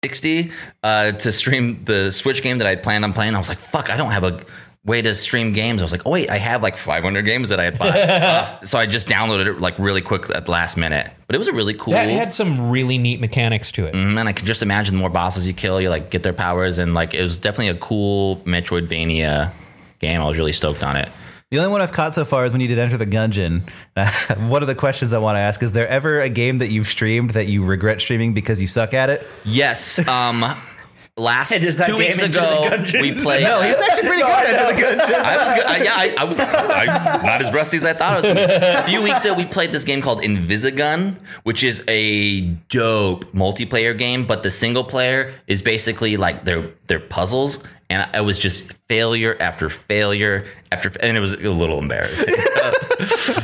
H60 uh, to stream the Switch game that I planned on playing. I was like, fuck, I don't have a way to stream games. I was like, oh wait, I have like 500 games that I had bought. Uh, so I just downloaded it like really quick at the last minute. But it was a really cool.
That had some really neat mechanics to it.
Mhm, and I could just imagine the more bosses you kill, you like get their powers, and like it was definitely a cool Metroidvania game. I was really stoked on it.
The only one I've caught so far is when you did Enter the Gungeon. one of the questions I want to ask is there ever a game that you've streamed that you regret streaming because you suck at it?
Yes. Um, last
And is that
two
game
weeks
Into the
ago,
Gungeon?
we played.
actually pretty good at Enter the Gungeon.
I was good. I, yeah, I, I was I'm not as rusty as I thought I was. gonna be. A few weeks ago, we played this game called Invisigun, which is a dope multiplayer game, but the single player is basically like their their puzzles, and it was just failure after failure after, and it was a little embarrassing.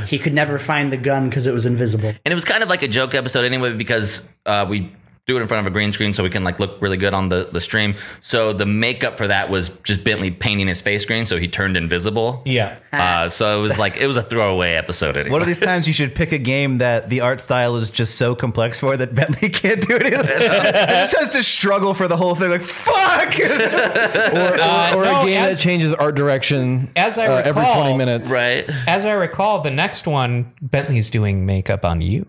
he could never find the gun because it was invisible.
and it was kind of like a joke episode anyway because uh, we do it in front of a green screen so we can like look really good on the, the stream so the makeup for that was just bentley painting his face green so he turned invisible
Yeah.
uh, so it was like it was a throwaway episode anyway.
One of these times you should pick a game that the art style is just so complex for that Bentley can't do anything. it just has to struggle for the whole thing. Like, fuck!
Or, or,
Uh,
or
no,
a game
as-
that changes art direction
As I
uh, every
recall-
20 minutes.
right uh,
As I recall, the next one, Bentley's doing makeup on you.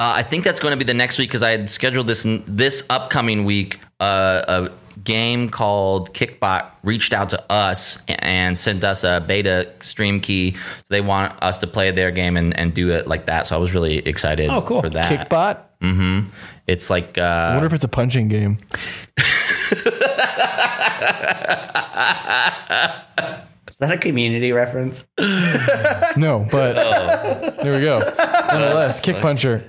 i think that's going to be the next week because i had scheduled this this upcoming week uh, a game called kickbot reached out to us and sent us a beta stream key they want us to play their game and, and do it like that so i was really excited oh,
cool.
for that
Kickbot?
Mm-hmm. It's like
I
uh,
wonder if it's a punching game.
Is that a community reference?
No, but there we go. Nonetheless, kick puncher.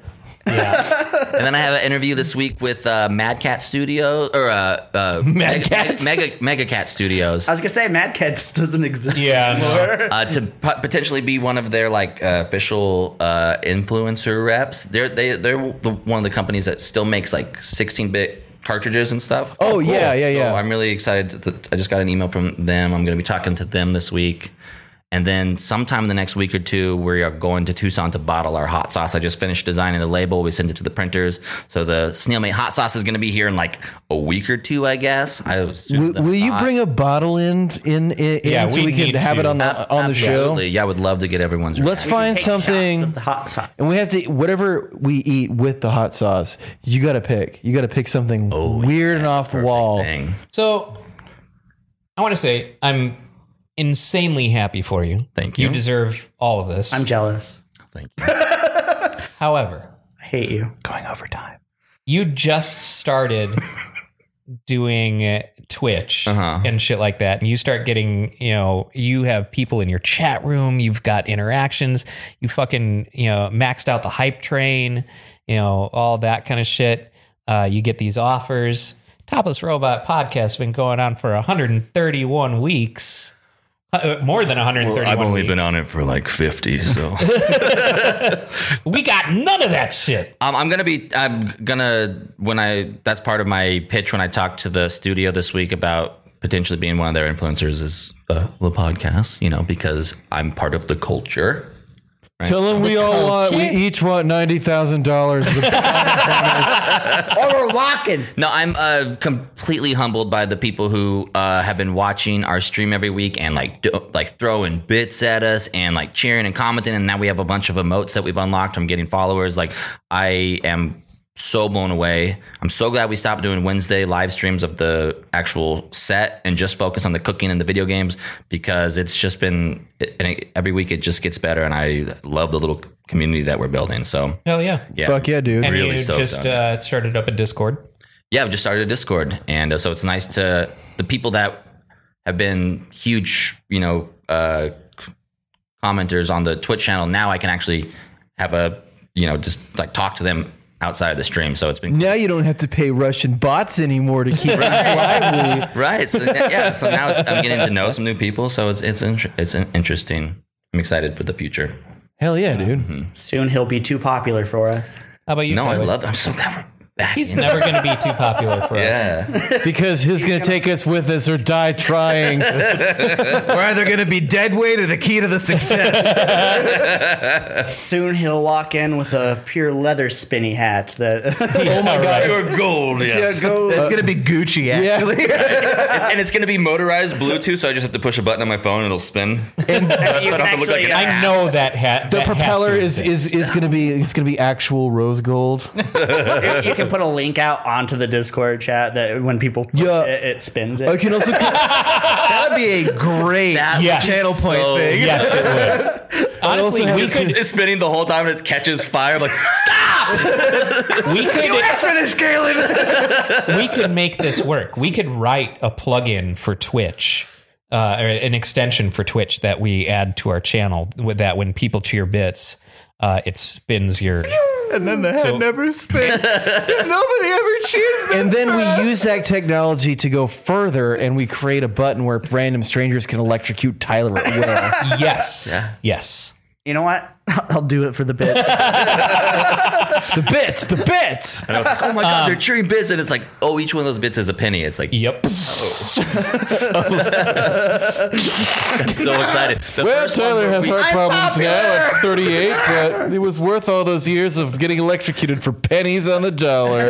and then I have an interview this week with uh, Mad Cat Studio or uh, uh, Mega,
Cats?
Mega Mega Cat Studios
I was gonna say Mad Cats doesn't exist.
Yeah, no.
anymore.
uh, to pot- potentially be one of their like uh, official uh, influencer reps. They're they they're the, one of the companies that still makes like 16 bit cartridges and stuff.
Oh, yeah, yeah, yeah.
So I'm really excited. That I just got an email from them. I'm going to be talking to them this week. And then sometime in the next week or two, we are going to Tucson to bottle our hot sauce. I just finished designing the label. We send it to the printers. So the Snailmate hot sauce is going to be here in like a week or two, I guess. I was
Will, will you bring a bottle in in, in
Yeah,
so
we
we, can
need
have
to.
it on the on the show?
Yeah, I would love to get everyone's.
Let's find
Take shots
something
of the hot sauce.
And we have to whatever we eat with the hot sauce. You got to pick. You got to pick something weird and off the wall.
thing.
So I want to say I'm insanely happy for you.
Thank
You
you.
deserve all of this.
I'm jealous.
Thank you.
However,
I hate you.
you just started doing uh, Twitch
Uh-huh.
and shit like that, and you start getting, you know, you have people in your chat room, you've got interactions, you fucking, you know, maxed out the hype train, you know, all that kind of shit. Uh, you get these offers. Topless Robot podcast has been going on for 131 weeks. Uh, more than 131
I've only
weeks.
been on it for like 50, so.
We got none of that shit.
Um, I'm gonna be. I'm gonna when I. That's part of my pitch when I talk to the studio this week about potentially being one of their influencers is the, the podcast. You know, because I'm part of the culture.
Tell them we all want, we each want ninety thousand dollars.
or we're walking.
No, I'm uh, completely humbled by the people who uh, have been watching our stream every week and like do, like throwing bits at us and like cheering and commenting. And now we have a bunch of emotes that we've unlocked from getting followers. Like I am so blown away. I'm so glad we stopped doing Wednesday live streams of the actual set and just focus on the cooking and the video games because it's just been and it, every week it just gets better. And I love the little community that we're building. So
Hell yeah.
yeah,
Fuck yeah, dude!
And
Really
you
stoked
just
on it.
uh, started up a Discord.
yeah, I've just started a Discord, and uh, so it's nice to the people that have been huge, you know, uh, c- commenters on the Twitch channel. Now I can actually have a, you know, just like talk to them outside of the stream. So it's been
Now you don't have to pay Russian bots anymore to keep us lively.
right. So yeah, so now it's, I'm getting to know some new people. So it's it's in, it's in- interesting. I'm excited for the future.
Hell yeah, dude!
Soon he'll be too popular for us.
How about you?
No, I
Tyler?
love. I'm so glad we're back.
He's
in.
never going to be too popular for us.
Yeah,
Because he's gonna take us with us or die trying.
We're either going to be dead weight or the key to the success.
Soon he'll walk in with a pure leather spinny hat that
oh my god!
you're gold. Yes.
it's going to be Gucci, actually.
and it's gonna be motorized Bluetooth. So I just have to push a button on my phone and it'll spin.
you
I don't have to look like
actually-
an
uh,
I know that hat.
The
that has
propeller
to
is,
exist.
is is gonna be it's gonna be actual rose gold.
you can put a link out onto the Discord chat that when people
Yeah.
it, it spins it.
I can also
That'd be a great
That
Yes.
channel point
So-
thing.
Yes, it would. Honestly,
also
we
has-
could,
it's spinning the whole time and it catches fire. I'm like, stop!
we, could,
for this, Caleb.
we could make this work. We could write a plugin for Twitch. Uh, or an extension for Twitch that we add to our channel with that when people cheer bits, uh, it spins your.
And then the head
So-
never spins. Because nobody ever cheers me.
and then we use that technology to go further, and we create a button where random strangers can electrocute Tyler at will.
Yes. Yes.
you know what? I'll do it for the bits.
The bits, the bits.
oh my god, they're cheering bits, and it's like, oh, each one of those bits is a penny. It's like,
Yep.
Oh. I'm so excited. The
Well,
first one
Tyler
where
has
we-
heart problems now at 38, but it was worth all those years of getting electrocuted for pennies on the dollar.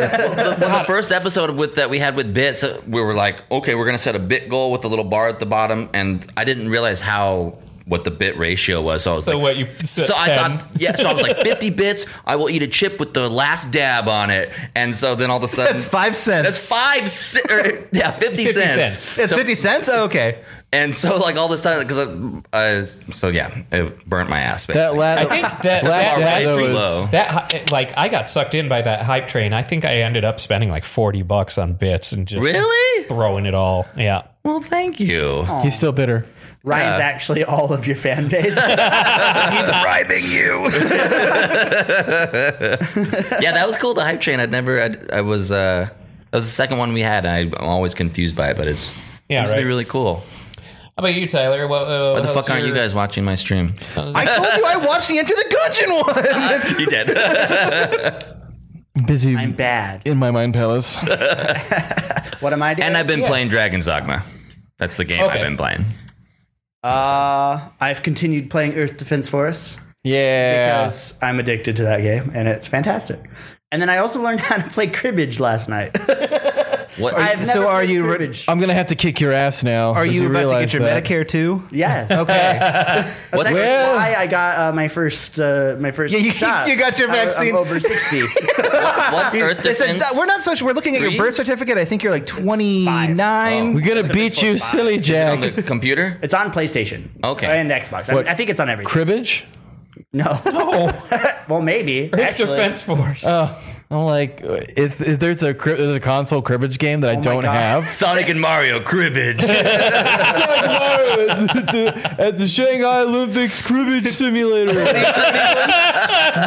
the first episode with that we had with bits, uh, we were like, okay, we're gonna set a bit goal with a little bar at the bottom, and I didn't realize how what the bit ratio was. So I was
So
like,
what you said?
So I
10.
thought, yeah. So I was like, fifty bits. I will eat a chip with the last dab on it, and so then all of a sudden,
That's five cents.
That's five. ci- Or, yeah, fifty,
50
cents.
cents.
It's 50 cents? Oh, okay.
And so, like all of a sudden, because I, I, so yeah, it burnt my ass.
That
Basically.
last,
I think that that,
last
Bar
that,
dab
pretty
was-
low.
that hy- like I got sucked in by that hype train. I think I ended up spending like forty bucks on bits and just
Really?
throwing it all. Yeah.
Well, thank you.
he's still bitter.
Ryan's actually all of your fan base.
He's bribing you. yeah, that was cool. The hype train. I'd never. i I was. uh That was the second one we had. And I, I'm always confused by it, but it's.
Yeah,
Yeah, it's
right.
really cool.
How about you, Tyler? What, uh,
Why the
how's
fuck aren't you
your-
guys watching my stream?
I told you I watched the Enter the Gungeon one.
you did.
Busy
I'm bad.
in my mind palace.
What am I doing?
and I've been playing Dragon's Dogma. That's the game
Okay.
I've been playing.
uh, I've continued playing Earth Defense Force
Yeah.
because I'm addicted to that game and it's fantastic. And then I also learned how to play cribbage last night.
What?
I've never
so are
played
you re-
cribbage?
I'm going to have to kick your ass now.
Are you, about to get your Medicare too?
yes. Okay. That's actually
Well-
why I got uh, my first uh, my first
Yeah, you-
shot.
you got your
I-
vaccine.
I'm over sixty.
what's Earth
They said,
Defense?
"Uh, we're not so sure. We're looking at your
Three?
birth certificate. I think you're like 29. Oh.
We're going to beat you, silly
on
Jack.
the computer.
it's on PlayStation.
Okay.
And Xbox. I, I think it's on everything.
Cribbage?
no.
Oh,
well, maybe.
Earth
actually.
Uh.
Defense Force.
Oh, I'm like, if, if there's a cri- there's a console cribbage game
Oh
that I don't have,
Sonic and Mario cribbage.
at, the, at the Shanghai Olympics cribbage simulator.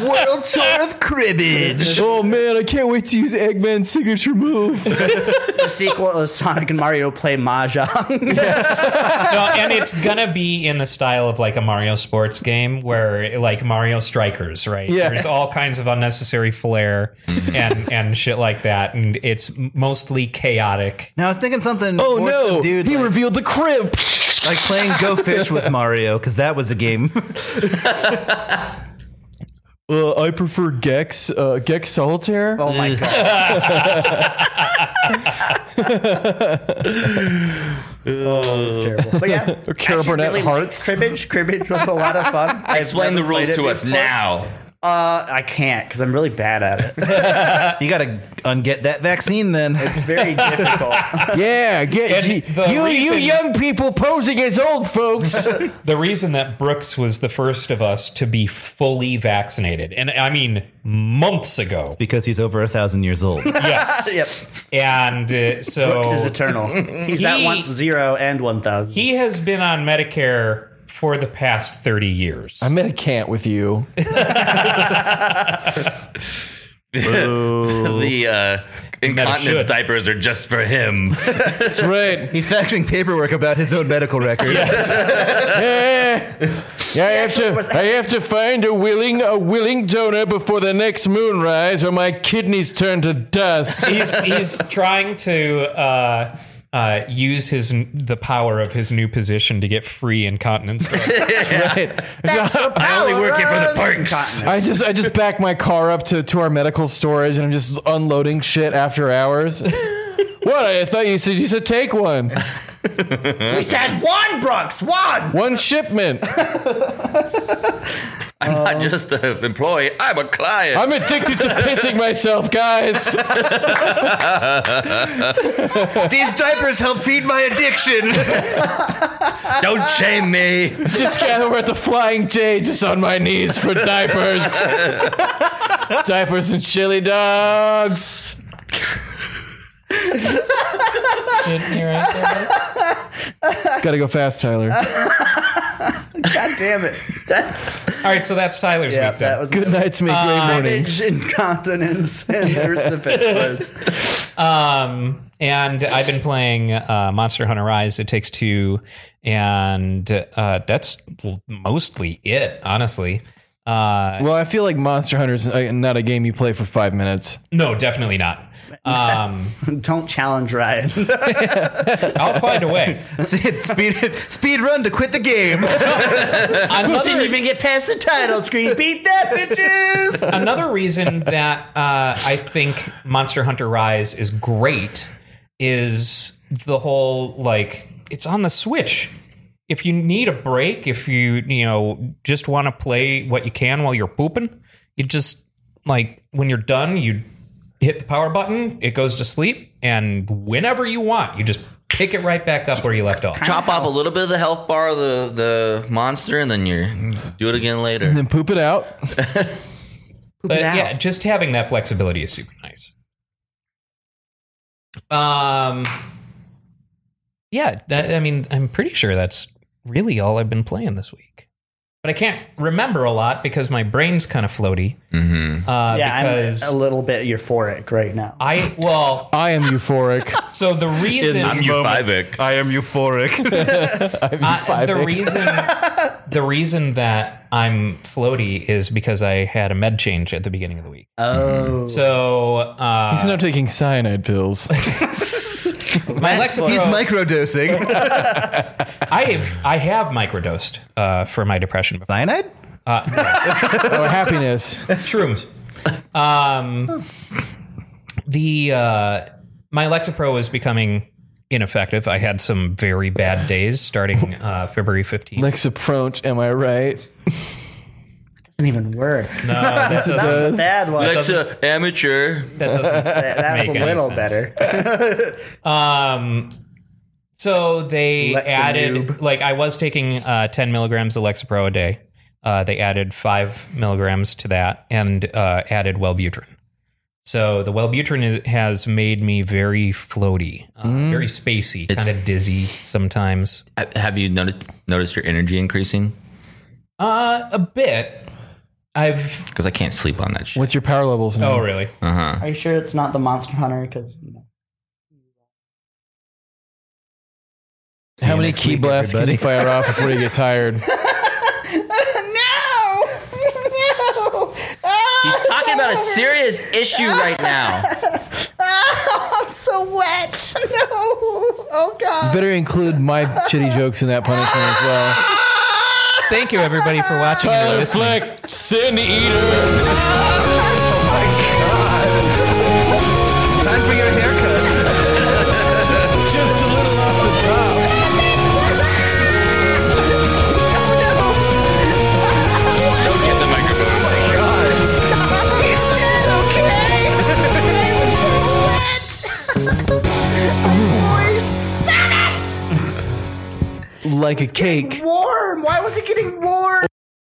World Tour of Cribbage.
oh man, I can't wait to use Eggman's signature move.
The sequel is Sonic and Mario play mahjong.
No, and it's gonna be in the style of like a Mario sports game where like Mario Strikers, right?
Yeah.
There's all kinds of unnecessary flair
Mm-hmm.
and and shit like that, and it's mostly chaotic.
Now I was thinking something.
Oh
more
no,
subdued,
he
like,
revealed the crib.
like playing Go Fish with Mario because that was a game.
Uh, I prefer Gex uh, Gex Solitaire.
Oh my god. oh, that's terrible. But yeah,
Carol
actually
Burnett
really
Hearts.
liked cribbage. Cribbage was a lot of fun. I've
Explain the
never
rules
played it
to us
before.
now.
Uh, I can't because I'm really bad at it.
you gotta unget that vaccine then.
It's very difficult.
Yeah, get
And
you,
the
you, you
reason-
young people posing as old folks.
The reason that Brooks was the first of us to be fully vaccinated, and I mean months ago.
because he's over a thousand years old.
Yes.
yep,
And uh, so
Brooks
Oh.
is eternal. He's at
He-
once zero and one thousand.
he has been on Medicare for the past 30 years.
I'm in a can't with you.
the uh, incontinence
should.
diapers are just for him.
That's right.
he's faxing paperwork about his own medical record.
Yeah, yeah. I have to. I have to find a willing a willing donor before the next moonrise, or my kidneys turn to dust.
he's he's trying to uh, uh, use his the power of his new position to get free incontinence. drugs.
Right.
I only work here for the perks.
I just I just back my car up to, to our medical storage and I'm just unloading shit after hours. what? I thought you said you said take one.
We said one, Brooks, one.
One shipment.
I'm
Uh.
not just an employee. I'm a client.
I'm addicted to pissing myself, guys.
These diapers help feed my addiction.
Don't shame me.
Just got over at the Flying J, just on my knees for diapers. diapers and chili dogs. Gotta go fast, Tyler.
God damn it! That,
All right, so that's Tyler's
yeah,
week done.
that was
Good night to me, great morning.
Garbage, incontinence, and there's the pitchforks.
Um, and I've been playing uh, Monster Hunter Rise. It takes two, and uh, that's l- mostly it, honestly. Uh,
Well, I feel like Monster Hunter's uh, not a game you play for five minutes.
no, definitely not. Um,
Don't challenge Ryan.
I'll find a way.
speed speed run to quit the game.
Another,
Didn't even get past the title screen. Beat that, bitches!
another reason that uh, I think Monster Hunter Rise is great is the whole like it's on the Switch. If you need a break, if you you know just want to play what you can while you're pooping, you just like when you're done, you hit the power button, it goes to sleep, and whenever you want, you just pick it right back up where you left off.
Chop off a little bit of the health bar of the, the monster, and then you do it again later.
Then poop it out.
But
out.
yeah, just having that flexibility is super nice. Um, yeah, that, I mean, I'm pretty sure that's really all I've been playing this week. But I can't remember a lot because my brain's kind of floaty. Mm-hmm. Uh,
Yeah,
because
I'm a little bit euphoric right now.
I well,
I am euphoric.
so the reason
I'm euphobic.
I am euphoric.
Uh, the
Five.
reason the reason that I'm floaty is because I had a med change at the beginning of the week.
Oh.
So uh,
He's not taking cyanide pills.
my Lexapro,
He's microdosing.
I have I have microdosed uh, for my depression before.
Cyanide?
or happiness.
Shrooms. Um, the uh, my Lexapro is becoming ineffective. I had some very bad days starting uh, February fifteenth.
Lexapronte, am I right?
doesn't even work.
No, that
It
doesn't,
does.
Bad one.
That's a amateur.
that doesn't.
That, that was
Make
a
any
little
sense.
better.
Um, so they
Lexa
added
noob.
like I was taking uh, ten milligrams of Lexapro a day. Uh, they added five milligrams to that and uh, added Wellbutrin. So the Wellbutrin is, has made me very floaty, uh, very spacey,
It's-
kind of dizzy sometimes.
Ha- Have you noticed noticed your energy increasing?
Uh, a bit. I've.
Because I can't sleep on that shit.
What's your power levels now?
Oh, really?
Uh huh.
Are you sure it's not the Monster Hunter? Because you know.
How many key blasts can you fire off before you get tired?
no!
Ah,
He's talking about a serious issue right now.
I'm so wet. No. Oh God.
Better include my shitty jokes in that punishment as well.
Thank you, everybody, for watching. and listening.
sin eater.
Time for your haircut.
Just a little uh, off the top.
Don't get the microphone.
Stop it!
Like a cake.
Warm. Why was it getting warm?